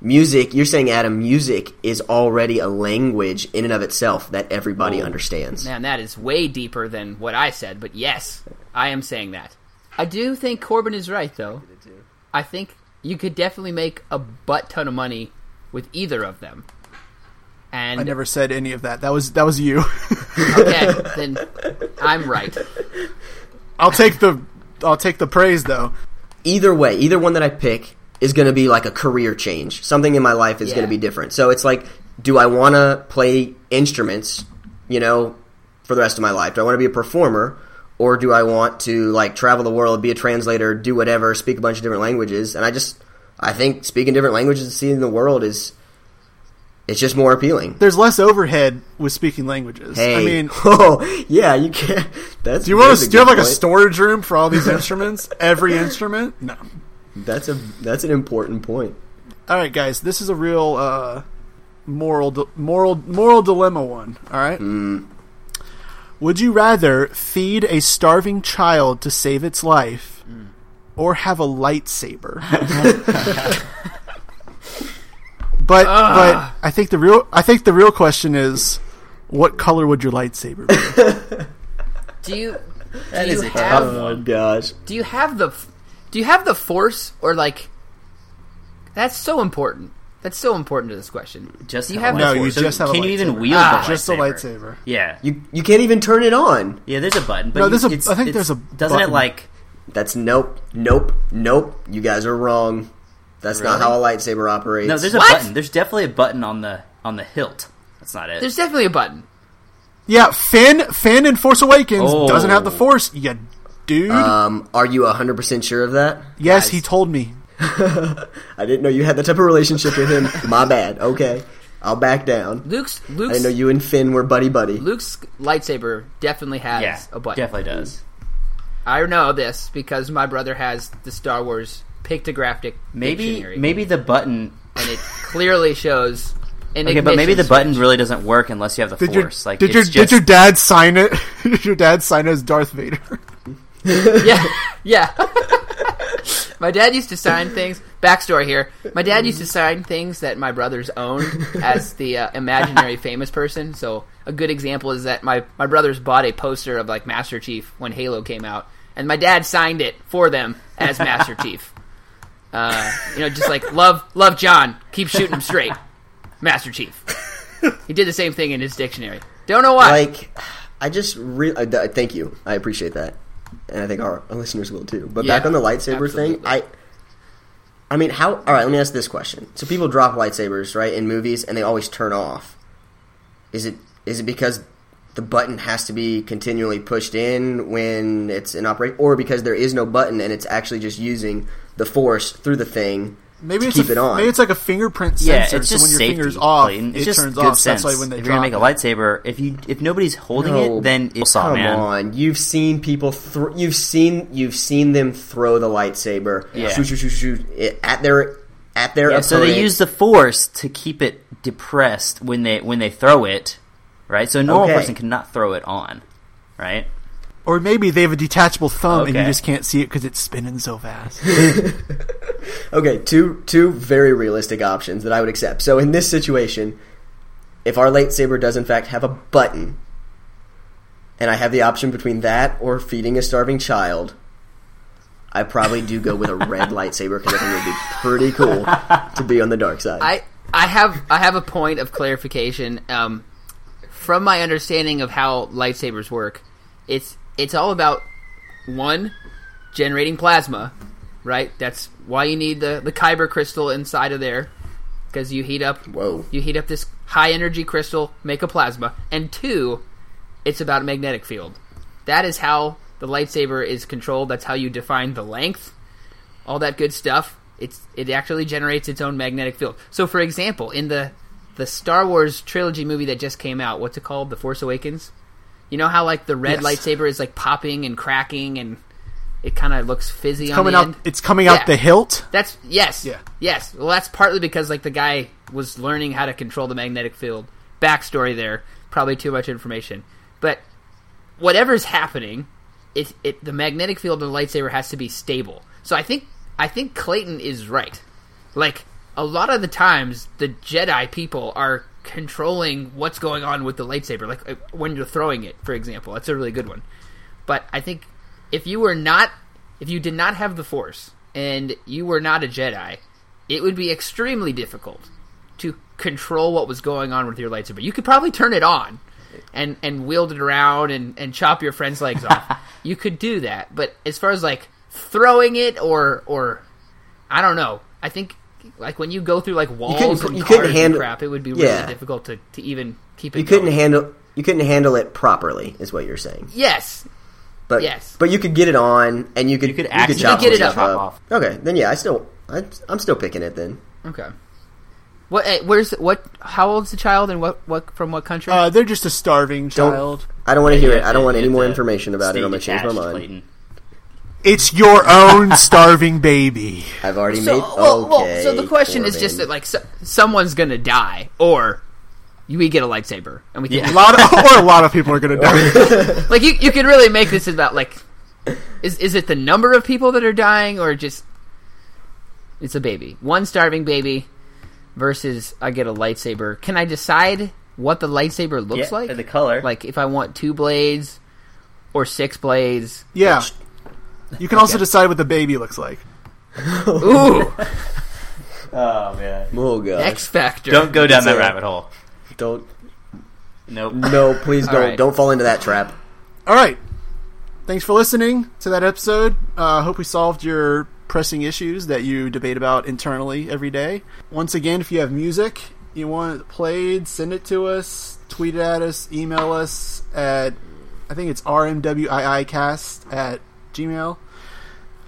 D: music. You're saying Adam, music is already a language in and of itself that everybody understands.
E: Man, that is way deeper than what I said, but yes, I am saying that. I do think Corbin is right, though. I think you could definitely make a butt ton of money with either of them. And
A: I never said any of that. That was that was you. <laughs>
E: okay, then I'm right.
A: I'll take the I'll take the praise though.
D: Either way, either one that I pick is going to be like a career change. Something in my life is
E: Yeah.
D: going to be different. So it's like, do I want to play instruments? You know, for the rest of my life, do I want to be a performer? Or do I want to like travel the world, be a translator, do whatever, speak a bunch of different languages? And I just, I think speaking different languages and seeing the world is, it's just more appealing.
A: There's less overhead with speaking languages.
D: Hey.
A: I mean,
D: <laughs> oh yeah, you can't. That's
A: do you want
D: that's
A: to do you have
D: good
A: like a
D: point.
A: storage room for all these instruments? Every instrument? No.
D: That's a that's an important point.
A: All right, guys, this is a real uh, moral di- moral moral dilemma one. All right. Would you rather feed a starving child to save its life, or have a lightsaber? but but I think the real I think the real question is, what color would your lightsaber be?
E: Do you
C: That
E: do
C: is
E: you
C: a
E: have
C: tough one.
D: gosh,
E: do you have the f- do you have the force or like that's so important. That's so important to this question.
C: Just
E: do you
C: have
E: have
C: a
E: the
A: No, you
E: force?
C: So
A: just have a
C: Can you even
A: lightsaber.
C: wield
E: Ah,
C: the
A: Just a
C: lightsaber?
A: lightsaber.
C: Yeah,
D: you you can't even turn it on.
C: yeah. There's a button, but
A: No,
C: you-
A: there's a-
C: it's-
A: I think
C: it's-
A: there's a
C: Doesn't it
A: button.
C: like
D: That's nope, nope, nope. You guys are wrong. That's not how a lightsaber operates.
C: no? There's a
E: What?
C: button. There's definitely a button on the on the hilt. That's not it.
E: There's definitely a button.
A: Yeah, Finn Finn in Force Awakens
C: Oh.
A: doesn't have the Force. You dude.
D: um, are you hundred percent sure of that?
A: yes, he told me.
D: I didn't know you had that type of relationship with him. My bad. Okay, I'll back down.
E: Luke's
D: I
E: Luke's
D: didn't know you and Finn were buddy buddy.
E: Luke's lightsaber definitely has
C: yeah,
E: a button.
C: definitely does.
E: I know this because my brother has the Star Wars pictographic
C: Maybe
E: dictionary,
C: maybe the button.
E: and it clearly shows. An
C: Okay, but maybe the
E: ignition
C: button
E: switch.
C: really doesn't work unless you have the
A: Did your,
C: force. like
A: did,
C: it's
A: your
C: just,
A: did your dad sign it? <laughs> did your dad sign it as Darth
D: <laughs>
A: Vader?
E: yeah, yeah. <laughs> my dad used to sign things. Backstory here: my dad used to sign things that my brothers owned as the uh, imaginary famous person. So a good example is that my my brothers bought a poster of like Master Chief when Halo came out, and my dad signed it for them as Master Chief. Uh, you know, just like love, love John, keep shooting him straight, Master Chief. He did the same thing in his dictionary. Don't know why.
D: like I just re- I, I- thank you. I appreciate that, and I think our listeners will too. But back
E: Yeah,
D: on the lightsaber thing,
E: absolutely.
D: I I mean, how? All right, let me ask this question. So people drop lightsabers right in movies, and they always turn off. Is it is it because the button has to be continually pushed in when it's in operation, or because there is no button and it's actually just using the force through the thing
A: Maybe
D: to
A: it's
D: keep
A: a,
D: it on?
A: Maybe it's like a fingerprint
C: yeah,
A: sensor.
C: it's
A: so
C: just
A: when your
C: safety,
A: fingers off,
C: Clayton. It's
A: it
C: just
A: turns
C: good
A: off.
C: sense.
A: That's why when they
C: if you're gonna make a
A: drop it.
C: lightsaber, if you if nobody's holding
D: No,
C: it, then it's
D: come
C: all man.
D: on. You've seen people. Th- you've seen. You've seen them throw the lightsaber.
C: Yeah.
D: Shoot, shoot, shoot, shoot it at their at their.
C: Yeah, so they
D: opponent.
C: use the force to keep it depressed when they when they throw it, right? So a normal
D: Okay.
C: person cannot throw it on, right?
A: Or maybe they have a detachable thumb and you
C: Okay.
A: just can't see it because it's spinning so <laughs> fast.
D: Okay, two two very realistic options that I would accept. So in this situation, if our lightsaber does in fact have a button, and I have the option between that or feeding a starving child, I probably do go with a
C: <laughs>
D: red lightsaber because I think it would be pretty cool to be on the dark side.
E: I I have I have a point of clarification. Um, from my understanding of how lightsabers work, it's it's all about one generating plasma, right? That's why you need the the kyber crystal inside of there because you heat up
D: Whoa.
E: you heat up this high energy crystal, make a plasma, and two, it's about a magnetic field. That is how the lightsaber is controlled. That's how you define the length, all that good stuff. It's it actually generates its own magnetic field. So, for example, in the the Star Wars trilogy movie that just came out, what's it called? The Force Awakens. You know how like the red
A: Yes.
E: lightsaber is like popping and cracking, and it kind of looks fizzy on
A: coming
E: the
A: out,
E: end.
A: it's coming
E: Yeah.
A: out the hilt.
E: That's yes.
A: Yeah.
E: Yes. Well, that's partly because like the guy was learning how to control the magnetic field. Backstory there, probably too much information. But whatever's happening, it, it the magnetic field of the lightsaber has to be stable. So I think I think Clayton is right. Like a lot of the times, the Jedi people are controlling what's going on with the lightsaber. Like uh, when you're throwing it, for example, that's a really good one. But I think if you were not, if you did not have the Force and you were not a Jedi, it would be extremely difficult to control what was going on with your lightsaber. You could probably turn it on and and wield it around and and chop your friend's
D: <laughs>
E: legs off. you could do that, but as far as like throwing it or or I don't know, I think like when you go through like walls
D: couldn't-
E: and
D: you couldn't
E: cars and
D: handle-
E: crap, it would be
D: Yeah.
E: really difficult to, to even keep it.
D: You couldn't
E: going.
D: handle you couldn't handle it properly, is what you're saying.
E: yes,
D: But
E: Yes.
D: but you could get it on, and you could
C: You could
D: could
C: accidentally
D: chop
E: get it
D: stuff
C: up. Off.
D: Okay, then yeah, I still I, I'm still picking it then.
E: okay. What? eh, Where's what? How old's the child and what? What from what country?
A: Uh, they're just a starving
D: Don't
A: child.
D: I don't want to hear it. I don't
C: You
D: want any
C: have
D: more
C: to
D: information about it.
C: stay
D: I'm gonna change my
C: detached,
D: mind.
C: Clayton.
A: It's your <laughs> own starving baby.
D: I've already
E: So,
D: made.
E: well, well,
D: okay,
E: so the question is
D: Corbin.
E: just that like so, someone's gonna die, or we get a lightsaber, and we can
A: A lot of, <laughs> or a lot of people are <laughs> going to die.
E: like you. You can really make this about like, is is it the number of people that are dying, or just it's a baby, one starving baby, versus I get a lightsaber. Can I decide what the lightsaber looks
C: Yeah,
E: like?
C: the color.
E: like if I want two blades or
C: <laughs>
E: six blades?
A: Yeah. You can also decide what the baby looks like.
E: Ooh,
C: oh man,
D: Oh gosh,
E: X Factor.
C: don't go down that
D: a-
C: rabbit hole.
D: don't
C: Nope.
D: no, please
E: All
D: don't
E: right.
D: don't fall into that trap.
A: All right. Thanks for listening to that episode. Uh, hope we solved your pressing issues that you debate about internally every day. Once again, if you have music you want it played, send it to us, tweet it at us, email us at, I think it's rmwiicast at gmail.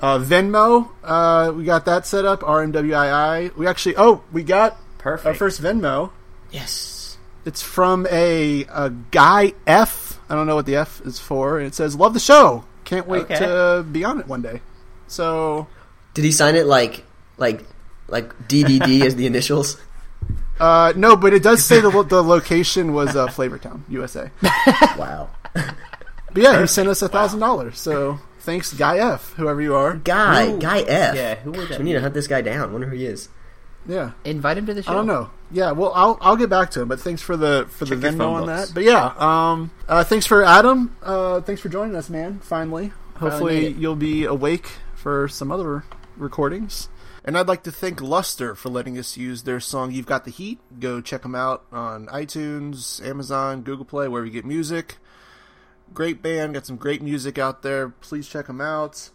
A: Uh, Venmo, uh, we got that set up, rmwii. We actually, oh, we got our
C: Perfect.
A: first Venmo.
D: Yes.
A: It's from a, a guy F. I don't know what the F is for. And it says, Love the show. Can't wait
C: Okay.
A: to be on it one day. So,
D: Did he sign it like like like DDD as the
E: <laughs>
D: initials?
A: uh, no, but it does say the, lo- the location was uh, Flavortown, USA. But
D: Wow,
A: yeah, he sent us a $1,000. So, thanks, guy F, whoever you are.
D: guy guy F.
C: Yeah, who would that
D: we need to hunt this guy down. Wonder who he is.
A: Yeah.
E: Invite him to the show.
A: I don't know. Yeah, well, I'll I'll get back to him. But thanks for the for the
C: your
A: Venmo
C: phone
A: on
C: books.
A: that. But yeah, um, uh, thanks for Adam. Uh, thanks for joining us, man. Finally,
E: made
A: hopefully
E: it.
A: you'll be awake for some other recordings. And I'd like to thank Luster for letting us use their song "You've Got the Heat." Go check them out on iTunes, Amazon, Google Play, wherever you get music. Great band, got some great music out there. Please check them out.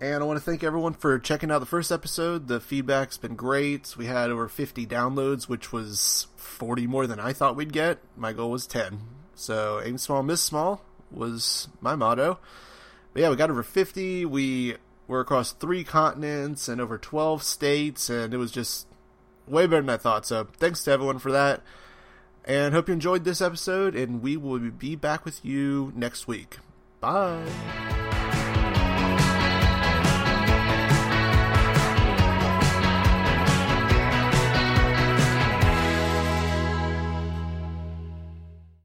A: And I want to thank everyone for checking out the first episode. The feedback's been great. We had over 50 downloads, which was 40 more than I thought we'd get. My goal was 10. So aim small, miss small was my motto. But yeah, we got over 50. We were across three continents and over 12 states, and it was just way better than I thought. So thanks to everyone for that. And hope you enjoyed this episode, and we will be back with you next week. Bye.